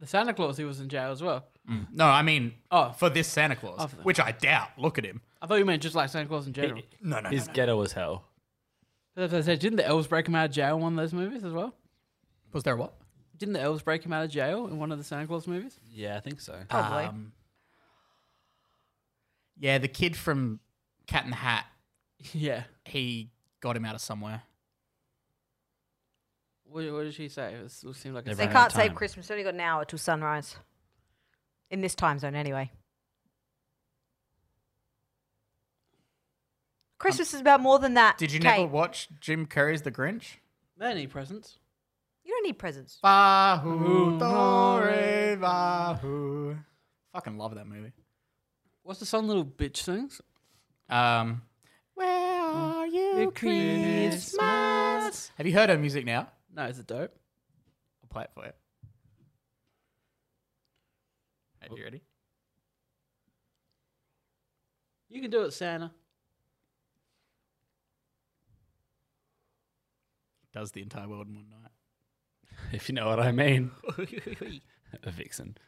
The Santa Claus, he was in jail as well.
No, I mean,
Oh.
for this Santa Claus,
Oh, for that.
which I doubt. Look at him.
I thought you meant just like Santa Claus in general.
No, no, no,
His
no.
ghetto as hell.
As I said, didn't the elves break him out of jail in one of those movies as well?
Was there a what?
Didn't the elves break him out of jail in one of the Santa Claus movies?
Yeah, I think so.
Probably.
Um, yeah, the kid from Cat in the Hat,
yeah.
he got him out of somewhere.
What, what did she say? It, was, it seemed like a
They
They
ran out
can't
of
save
time.
Christmas. We've only got an hour till sunrise. In this time zone, anyway. Christmas is about more than that.
Did you
Kate.
never watch Jim Curry's The Grinch?
Many presents.
You don't need presents.
Bahu, dore, bahu. Fucking love that movie.
What's the song little bitch sings?
Um, Where are you,
Christmas.
Christmas? Have you heard her music now?
No, is it dope?
I'll play it for you. Are you ready?
You can do it, Santa.
Does the entire world in one night.
If you know what I mean. A vixen.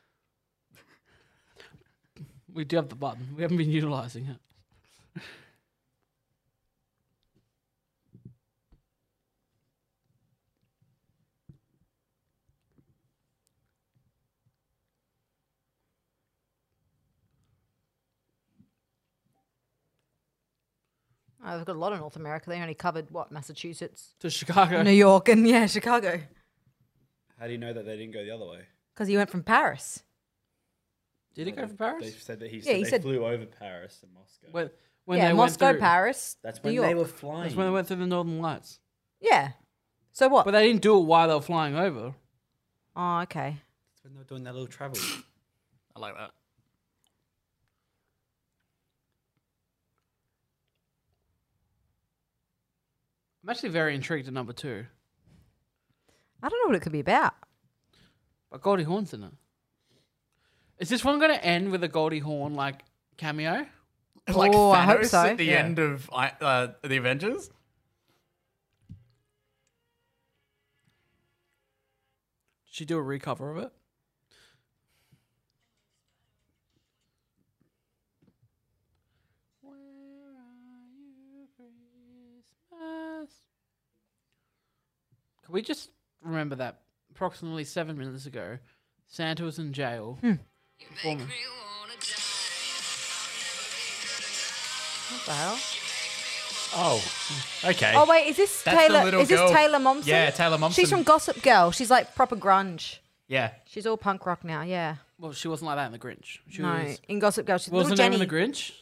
We do have the button. We haven't been utilizing it.
Oh, we've got a lot of North America. They only covered what Massachusetts,
To Chicago.
New York, and yeah, Chicago.
How do you know that they didn't go the other way?
Because he went from Paris.
Did he go
They-
for
They
Paris?
said that he,
he
they
said-
flew over Paris and Moscow.
When, when
yeah,
they
Moscow,
went through,
Paris.
That's
New
when
York.
they were flying.
That's when they went through the Northern Lights.
Yeah. So what?
But they didn't do it while they were flying over.
oh, okay.
That's when they were doing their little travel.
I like that.
I'm actually very intrigued at number two.
I don't know what it could be about.
But Goldie Hawn's in it. Is this one going to end with a Goldie Hawn like cameo?
like
Oh,
Thanos
I hope so.
at the
Yeah.
end of I- uh, the Avengers.
Did she do a recover of it? Where are you, Christmas? Can we just remember that approximately seven minutes ago, Santa was in jail.
Hmm.
performing-
What the hell?
Oh, okay.
Oh wait, is this
That's the
Taylor?
little
Is this
girl.
Taylor Momsen?
Yeah, Taylor Momsen.
She's from Gossip Girl. She's like proper grunge.
Yeah.
She's all punk rock now. Yeah.
Well, she wasn't like that in The Grinch. She
no,
was.
in Gossip Girl, she's
What was
little
the
Jenny.
name of The Grinch?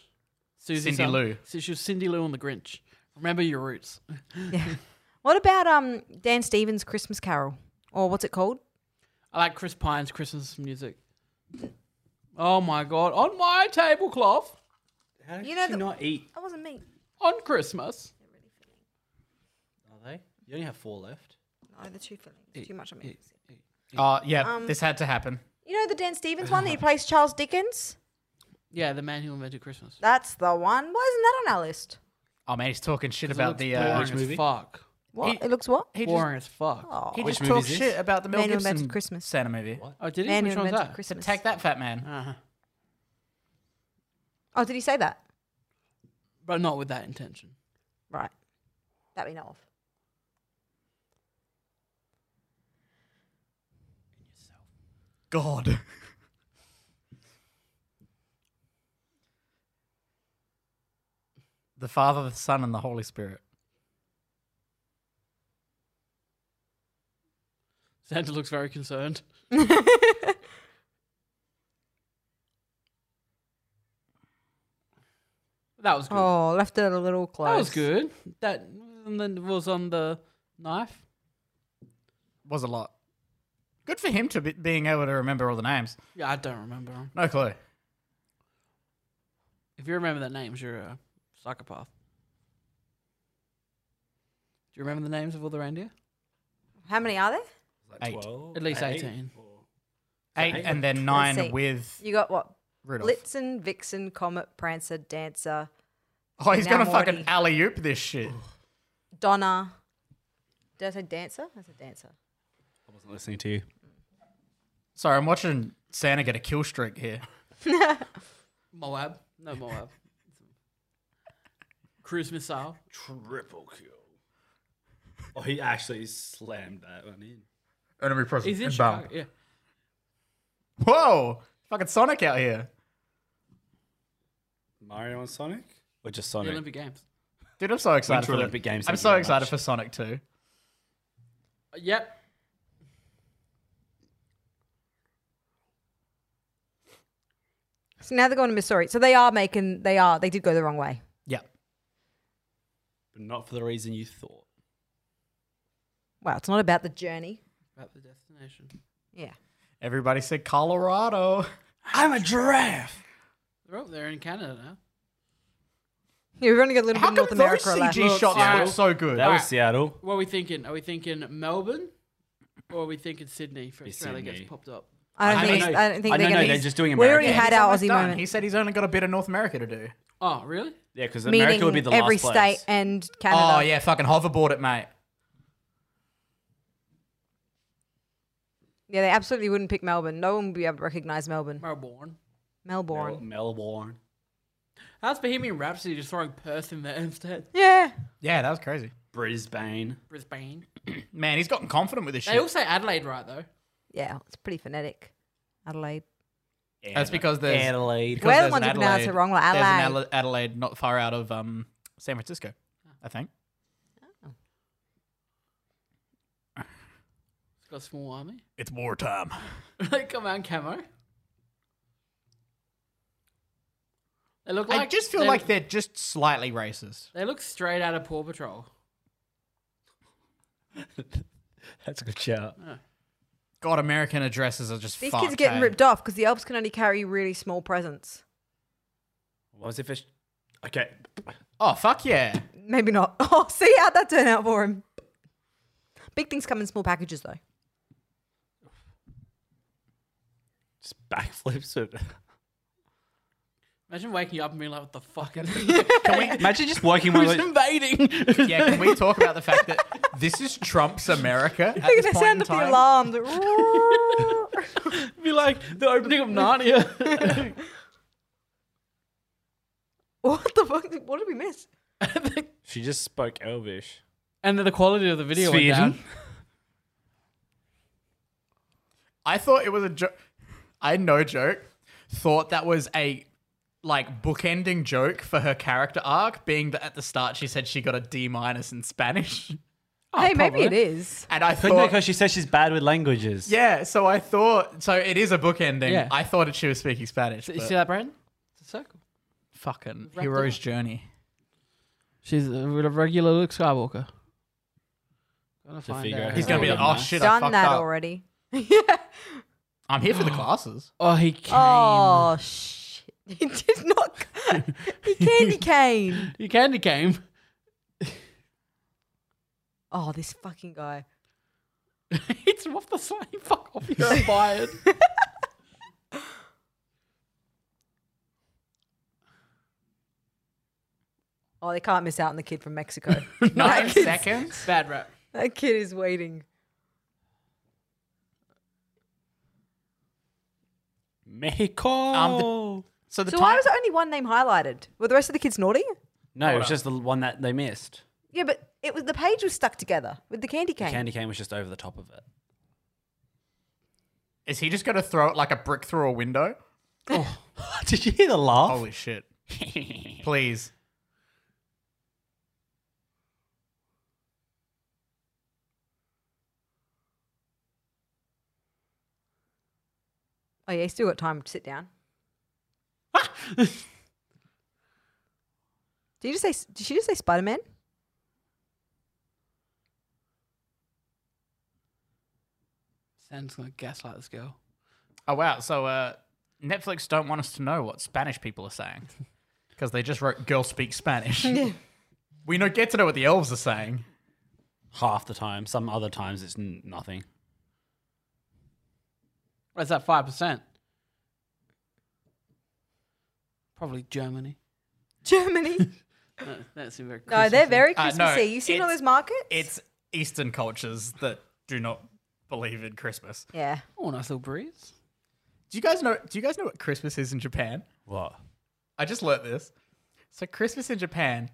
Susie
Cindy
some-
Lou.
So she was Cindy Lou on The Grinch. Remember your roots.
What about um Dan Stevens' Christmas Carol or what's it called?
I like Chris Pine's Christmas music. Oh my god! On my tablecloth.
How did
You
you,
know the-
not eat?
That wasn't me.
On Christmas.
Are they? You only have four left.
No, the two fillings. Too much on me.
Uh, yeah,
Um,
this had to happen.
You know the Dan Stevens one that he plays Charles Dickens?
Yeah, the man who invented Christmas.
That's the one. Why isn't that on our list?
Oh man, he's talking shit about the. Uh,
boring as fuck.
What?
He-
it looks what?
he just,
Boring as fuck. Oh,
he just
movie
talks
is
shit about the Mel
Man Who Invented
Gibson
Christmas.
Santa movie.
did he?
Man
Which one's
Who Invented
that? Uh-huh.
Christmas.
Take that, fat man.
Oh, did he say that?
But not with that intention.
Right. That we know of.
God. the Father, the Son, and the Holy Spirit.
Santa looks very concerned. that was good.
Oh, left it a little close.
that was good. That and then it was on the knife.
Was a lot. Good for him to be being able to remember all the names.
Yeah, I don't remember. 'em.
No clue.
If you remember the names, you're a psychopath. Do you remember the names of all the reindeer?
How many are there?
Like
Eight.
twelve.
At least
Eight?
18.
Eight and then
see.
nine with
You got what?
Rudolph.
Blitzen, Vixen, Comet, Prancer, Dancer,
oh, he's gonna
Now
fucking
Morty.
alley oop this shit.
Donna. Did I say Dancer? I said Dancer.
I wasn't listening to you.
Sorry, I'm watching Santa get a kill streak here.
Moab. No Moab. Cruise missile.
Triple kill. Oh, he actually slammed that one in.
Enemy present.
He's in Chicago. Yeah.
Whoa! Fucking Sonic out here.
Mario and Sonic, or just
The
Sonic?
Olympic Games.
Dude, I'm so excited
Winter
for the-
Olympic Games,
I'm
thank you
so
very
excited
much.
for Sonic 2.
Uh, Yep.
So now they're going to Missouri. So they are making, they are, they did go the wrong way.
Yeah.
but not for the reason you thought.
Wow, it's not about the journey.
About the destination.
Yeah.
Everybody said Colorado.
I'm a giraffe.
They're up there in Canada now.
You're going to get a little
How come
bit North
those
America left.
CG shots
Seattle.
look so good?
That was
Alright.
Seattle.
What are we thinking? Are we thinking Melbourne? Or are we thinking Sydney for
Be
Australia gets
Sydney.
popped up?
I don't
I
think,
don't
it's-
know.
I don't think
I
they're
don't
going
know,
to.
they're just doing
We already
America.
had
He's
our
almost
Aussie
done.
moment.
He said he's only got a bit of North America to do.
Oh, really?
Yeah, because
meaning
America would be the
every
last
state
place.
and Canada.
Oh yeah, fucking hoverboard it, mate.
Yeah, they absolutely wouldn't pick Melbourne. No one would be able to recognize Melbourne.
Melbourne.
Melbourne.
Mel- Melbourne.
How's Bohemian Rhapsody just throwing Perth in there instead?
Yeah.
Yeah, that was crazy.
Brisbane.
Brisbane.
Man, he's gotten confident with this
They
shit.
all say Adelaide right, though.
Yeah, it's pretty phonetic. Adelaide.
That's because there's
Adelaide.
because
We're the
there's
ones
an
who pronounce it
Adelaide-
wrong, like
there's an
Adelaide.
Adela- Adelaide, not far out of um, San Francisco, I think.
It's got a small army.
It's wartime.
Come on, camo. They look like.
I just feel
they-
like they're just slightly racist.
They look straight out of Paw Patrol.
That's a good shout.
God, American addresses are just
These
fucked,
kids are
eh?
getting
hey?
ripped off because the elves can only carry really small presents.
What was it? Fish? Okay.
Oh fuck yeah!
Maybe not. Oh, see how that turned out for him. Big things come in small packages, though.
Just backflips it.
Imagine waking up and being like, what the fuck? is
Can
Imagine just working one
Who's
of those.
invading?
we? Yeah, can we talk about the fact that this is Trump's America at
Look
this
at the
point in
sound of the
time?
alarm.
Be like, the opening of Narnia.
what the fuck? did- What did we miss?
She just spoke Elvish.
and then the quality of the video went down.
I thought it was a joke. I no joke thought that was a like bookending joke for her character arc, being that at the start she said she got a D minus in Spanish, Oh,
hey,
probably.
maybe it is.
and I
Couldn't
thought.
because she says she's bad with languages.
Yeah, so I thought so it is a bookending.
Yeah.
I thought that she was speaking Spanish.
You
but
see that, Brandon? It's a circle.
fucking
it
hero's
up.
journey.
She's a regular Luke Skywalker. Gonna find
figure out
out.
who
He's gonna be like, oh shit, I
Done
fucked
that
up.
already.
I'm here for the classes.
oh, he came.
Oh, shit. He did not. He candy cane.
You candy came.
Oh, this fucking guy.
Hits him off the side. Fuck off. You're fired.
Oh, they can't miss out on the kid from Mexico.
Nine seconds.
Bad rap.
that kid is waiting.
Mexico.
Um, So the
So
time.
why was there only one name highlighted? Were the rest of the kids naughty?
no, it was just the one that they missed.
Yeah, but it was the page was stuck together with the candy cane.
Candy cane was just over the top of it.
Is he just gonna throw it like a brick through a window?
Did you hear the laugh?
Holy shit! Please.
Oh yeah, he's still got time to sit down.
Ah!
Did you just say? Did she just say Spider Man?
Sam's gonna gaslight this girl.
Oh wow. So uh, Netflix don't want us to know what Spanish people are saying because they just wrote "girl speak Spanish." we don't get to know what the elves are saying.
Half the time. Some other times it's n- nothing.
What's that? Five percent. Probably Germany.
Germany?
That, that seemed very.
No, they're
Christmassy.
very
Uh, no,
Christmassy. you seen all
it's-
those markets?
It's Eastern cultures that do not believe in Christmas.
yeah.
Oh, nice little breeze.
Do you guys know? Do you guys know what Christmas is in Japan?
What?
I just learnt this. So Christmas in Japan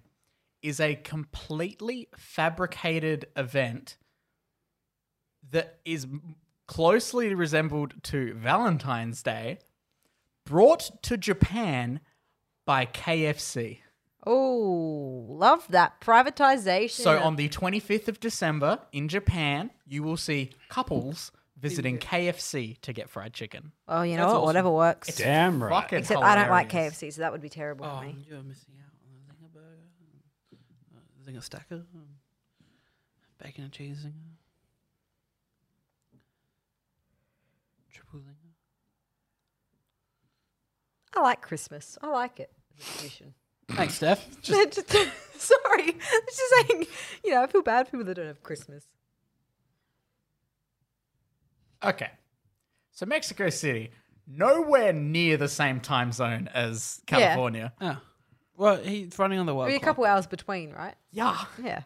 is a completely fabricated event that is m- closely resembled to Valentine's Day, brought to Japan by KFC.
Oh, love that privatization.
So on the 25th of December in Japan, you will see couples visiting KFC to get fried chicken.
oh, you know what? Whatever works.
Damn right.
Fucking
Except I don't like
hilarious. Oh.
KFC, so that would be terrible for me.
You're Oh, missing out on the zinger burger, uh, zinger stacker, um, bacon and cheese zinger, triple zinger.
I like Christmas. I like it. as a tradition.
Thanks, Steph.
Just- sorry, it's just saying. You know, I feel bad for people that don't have Christmas.
Okay. So Mexico City, nowhere near the same time zone as California.
Oh. Well, he's running on the
Oh,
world.
Maybe a
clock.
couple hours between, right?
Yeah.
Yeah.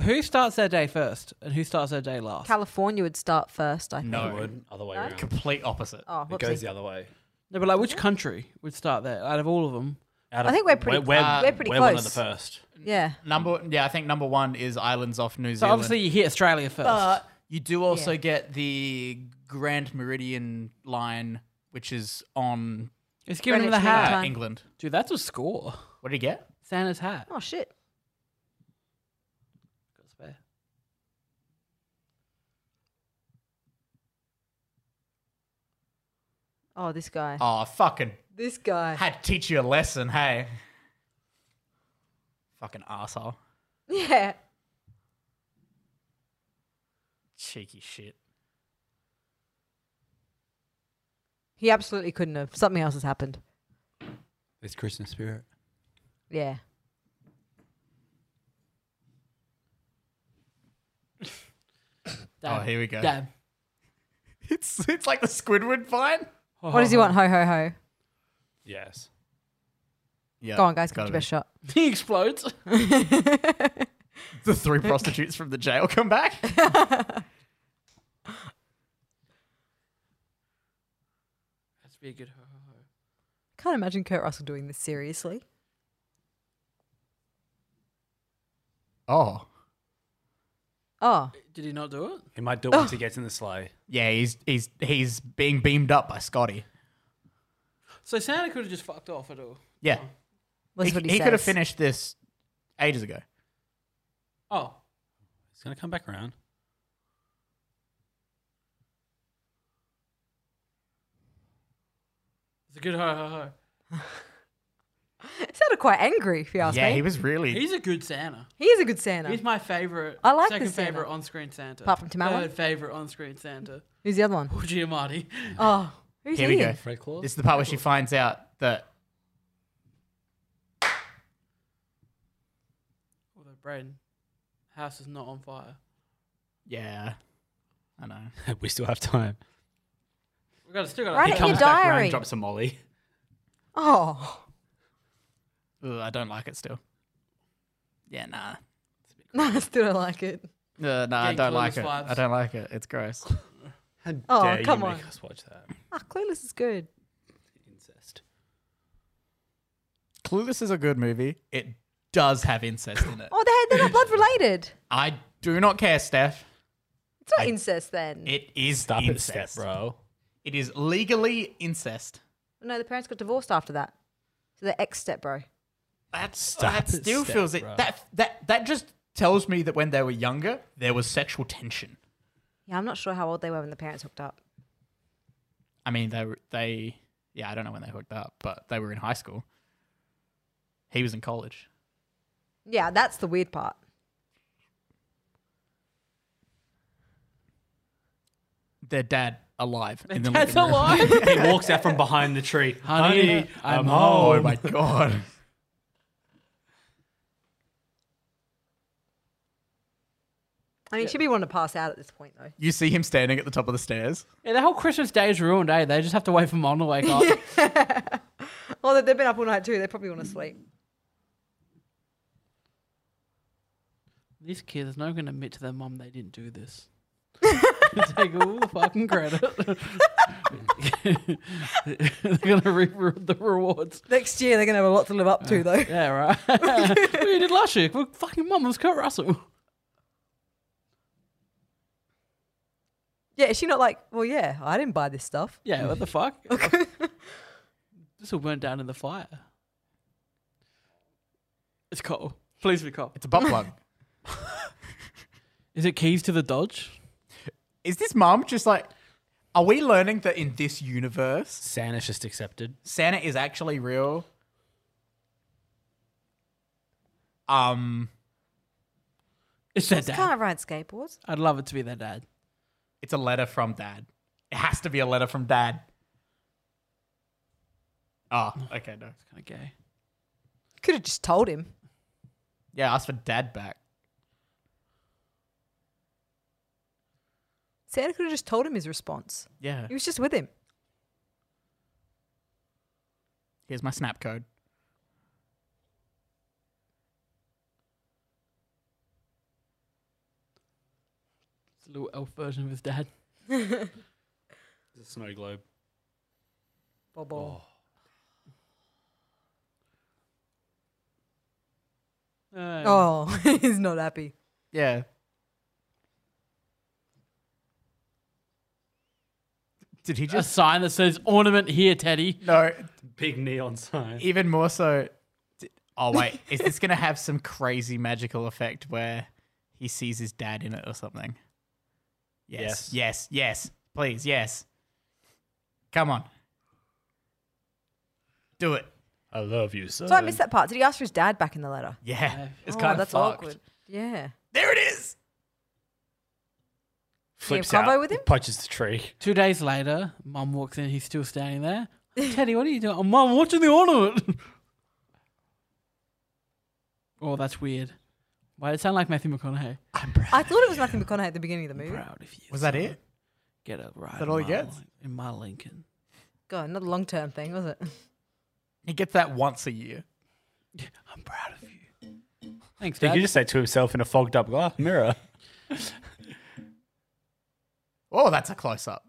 Who starts their day first and who starts their day last?
California would start first, I think.
No.
It would. Other way around.
Complete opposite.
Oh,
It goes the other way.
no, but like
Mm-hmm.
which country would start there out of all of them?
Out
I
of-
think we're pretty-
We're,
uh,
Um,
we're pretty
one of
close.
the first.
Yeah.
Number yeah, I think number one is islands off New
So
Zealand.
obviously you hit Australia first.
but uh, you do also
Yeah.
get the Grand Meridian line, which is on
it's giving him the
Greenwich
uh,
Mean
hat.
Time.
England.
Dude, that's a score.
What did you get?
Santa's hat.
Oh shit.
Got spare.
Oh, this guy.
Oh, fucking
This guy.
had to teach you a lesson, hey. Fucking asshole.
Yeah.
Cheeky shit.
He absolutely couldn't have. Something else has happened.
It's Christmas spirit.
Yeah.
Oh, Oh,
Damn.
here we go.
Damn.
It's it's like the Squidward vine.
What does he want? Ho ho ho.
Yes.
Yeah.
Go on, guys, give
gotta
it your
be.
best shot.
he explodes.
the three prostitutes from the jail come back.
That's be a good ho ho ho.
Can't imagine Kurt Russell doing this seriously.
Oh.
Oh,
Did he not do it?
He might do it once he gets in the sleigh.
Yeah, he's he's he's being beamed up by Scotty.
So Santa could have just fucked off at all.
Yeah.
was
he
what he,
he could have
says.
finished this ages ago.
Oh.
He's going to come back around.
It's a good ho ho ho.
He sounded quite angry, if you ask
yeah,
me.
he was really
He's a good Santa.
he is a good Santa.
He's my favorite.
I like the
second
Santa.
favorite on screen Santa.
Apart from Tamara?
Third favorite on screen Santa.
Who's the other one?
Paul Giamatti.
Oh, who's
Here
he?
we go.
Fred Claus?
This is the part where she finds out that
Although, Braden, house is not on fire.
yeah, I know.
we still have time.
We gotta still gotta.
Write it in your diary.
and drops a molly.
Oh,
Ugh, I don't like it still. Yeah, nah.
no, I still don't like it.
Uh, no, I
Getting
don't like
clueless
it.
vibes.
I don't like it. It's gross.
How
Oh,
dare
come
you
on.
make us watch that
Ah, Clueless is good.
incest?
Clueless is a good movie. It does have incest in it.
Oh, they're, they're not blood related.
I do not care, Steph.
It's not incest then.
It is
Stop it,
incest,
step, bro.
It is legally incest.
no, the parents got divorced after that. So they're ex step bro.
That's
Stop
that
it,
still
step,
feels it.
bro.
That that that just tells me that when they were younger, there was sexual tension.
Yeah, I'm not sure how old they were when the parents hooked up.
I mean, they were- they yeah, I don't know when they hooked up, but they were in high school. He was in college.
Yeah, that's the weird part.
Their dad alive. in the
That's a
living room.
lie.
He walks out from behind the tree.
Honey,
Honey,
I'm
I'm
Oh
home.
my god.
I mean, she'd be wanting to pass out at this point though.
You see him standing at the top of the stairs.
yeah, the whole Christmas day is ruined, eh? They just have to wait for mom to wake up.
Oh, they- they've been up all night too. They probably want to sleep.
These kids are not going to admit to their mom they didn't do this. Take all the fucking credit. They're going to reap re- the rewards.
Next year, they're going to have a lot to live up to though.
Yeah, right. what you did last year? Well, fucking mum was Kurt Russell.
Yeah, is she not like, well, yeah, I didn't buy this stuff.
Yeah, what the fuck? this will burn down in the fire. It's Cole. Please be Cole.
It's a butt plug.
Is it keys to the Dodge?
Is this mum just like? Are we learning that in this universe,
Santa's just accepted.
Santa is actually real? Um,
It's their dad.
Can't I ride skateboards?
I'd love it to be their dad.
it's a letter from dad. It has to be a letter from dad. Oh, okay, no.
It's kind of gay.
Could have just told him.
Yeah, ask for dad back.
Santa could have just told him his response.
Yeah.
He was just with him.
Here's my snap code.
It's a little elf version of his dad.
It's a snow globe.
Bob. Oh.
Uh,
oh, he's not happy.
Yeah. Did he
a
just?
sign that says ornament here, Teddy.
No,
Big neon sign.
even more so. d- Oh wait, is this gonna have some crazy magical effect where he sees his dad in it or something? Yes, yes,
Yes.
yes, please, yes. Come on, do it.
I love you, son.
So I missed that part. Did he ask for his dad back in the letter?
Yeah, it's
oh,
kind of
that's
fucked.
awkward. Yeah.
There it is.
Flips
Can you have
out.
combo with him?
Punches the tree.
Two days later, Mum walks in. He's still standing there. Teddy, what are you doing? Oh, Mum, watching the ornament. oh, that's weird. Why did it sound like Matthew McConaughey?
I thought it was Matthew McConaughey at the beginning of the movie.
Proud of you.
Was that
son.
it?
Get it right.
that
in
all he
my
gets?
Lin- In my Lincoln.
God, not a long term thing, was it?
He gets that once a year.
I'm proud of you. Thanks,
He
Dad.
could just say to himself in a fogged up glass mirror.
Oh, that's a close up.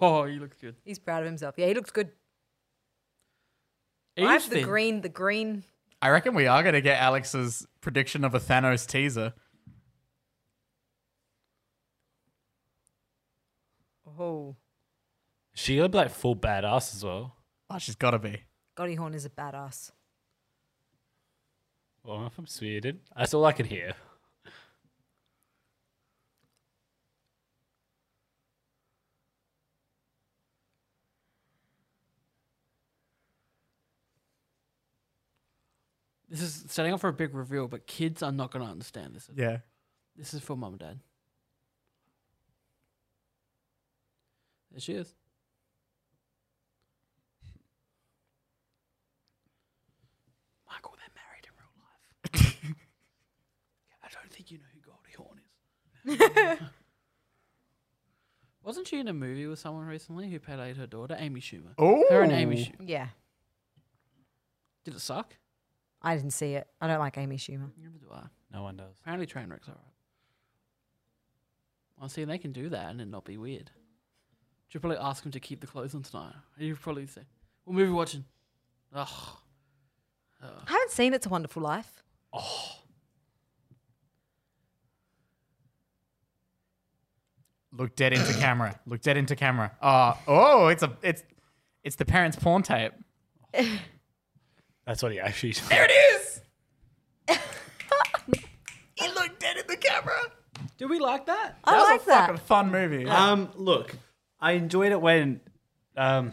oh, you look good.
He's proud of himself. Yeah, he looks good.
He
I
is
have the
thin.
green, the green.
I reckon we are gonna get Alex's prediction of a Thanos teaser.
Oh,
She gonna be like full badass as well.
Oh, she's gotta be.
Gotti Horn is a badass.
Well, I'm from Sweden. That's all I can hear.
This is setting up for a big reveal, but kids are not going to understand this.
Yeah.
This is for Mum and Dad. There she is. Wasn't she in a movie with someone recently who played her daughter, Amy Schumer?
Oh,
Her and Amy Schumer.
Yeah.
Did it suck?
I didn't see it. I don't like Amy Schumer.
Neither do I.
No one does.
Apparently, train wrecks are alright. Well, see, they can do that and it not be weird. Should probably ask him to keep the clothes on tonight. You probably say, "What movie watching?" Ugh.
I haven't seen It's a Wonderful Life.
Look dead into camera. Look dead into camera. Uh, oh, it's a it's it's the parents' porn tape.
That's what he actually.
There it is. he looked dead in the camera.
Do we like that?
I
that was
like
a
that.
fucking fun movie.
Um, look, I enjoyed it when um,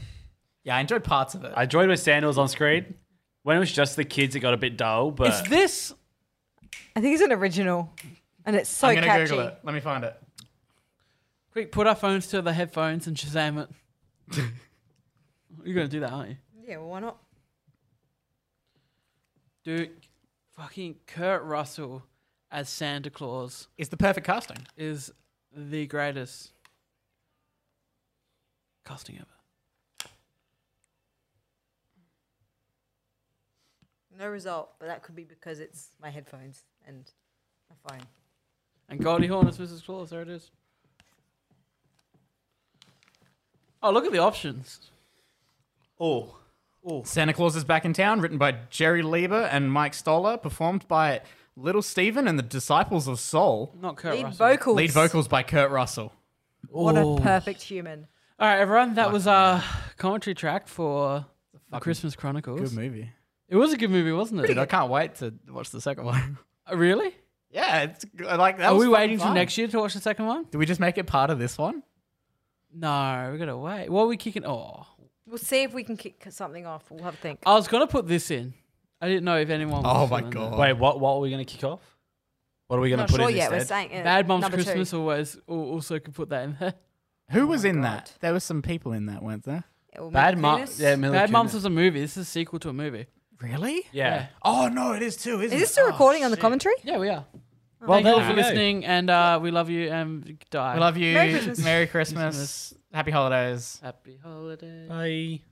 yeah, I enjoyed parts of it.
I enjoyed when Sandals on screen. When it was just the kids, it got a bit dull.
Uh,
But
Is this?
I think it's an original, and it's so
I'm gonna
catchy.
Google it. Let me find it.
Quick, put our phones to the headphones and Shazam it. You're gonna do that, aren't you?
Yeah, well, why not?
Dude, fucking Kurt Russell as Santa Claus
It's the perfect casting.
is the greatest casting ever.
No result, but that could be because it's my headphones and my phone.
And Goldie Hawn is Mrs. Claus. There it is. Oh, look at the options.
oh,
Santa Claus is Back in Town, written by Jerry Lieber and Mike Stoller, performed by Little Steven and the Disciples of Soul.
Not Kurt
Lead
Russell.
vocals.
Lead vocals by Kurt Russell.
What a perfect human.
All right, everyone. That was our commentary track for the Christmas Chronicles.
Good movie.
It was a good movie, wasn't it?
Dude, I can't wait to watch the second one.
Uh, really?
yeah, it's g- like that.
Are
was
we
fucking
waiting till
fun.
next year to watch the second one?
Did we just make it part of this one?
No, we gotta wait. What are we kicking? Oh,
We'll see if we can kick something off. We'll have a think.
I was gonna put this in. I didn't know if anyone. was
Oh my
feeling that.
god!
Wait, what? What are we gonna kick off? What are we gonna
not
put
sure
in
yet. We're
instead?
saying uh,
Bad Mom's
number two.
Christmas always al- also could put that in there. Oh
who was in that? There were some people in that, weren't there?
Yeah, we'll make
Bad
it
mom.
Venus.
Yeah, Mila
Bad
Kunis.
Mom's was a movie. This is a sequel to a movie.
Really?
Yeah.
Oh no, it is too. Isn't
Is
it? Oh.
this
Oh,
still recording on the commentary?
Yeah, we are.
Well,
Thank you all
there
for
we go.
listening, and uh, we love you and die.
We love you.
Merry Christmas.
Merry Christmas. Happy holidays.
Happy holidays.
Bye.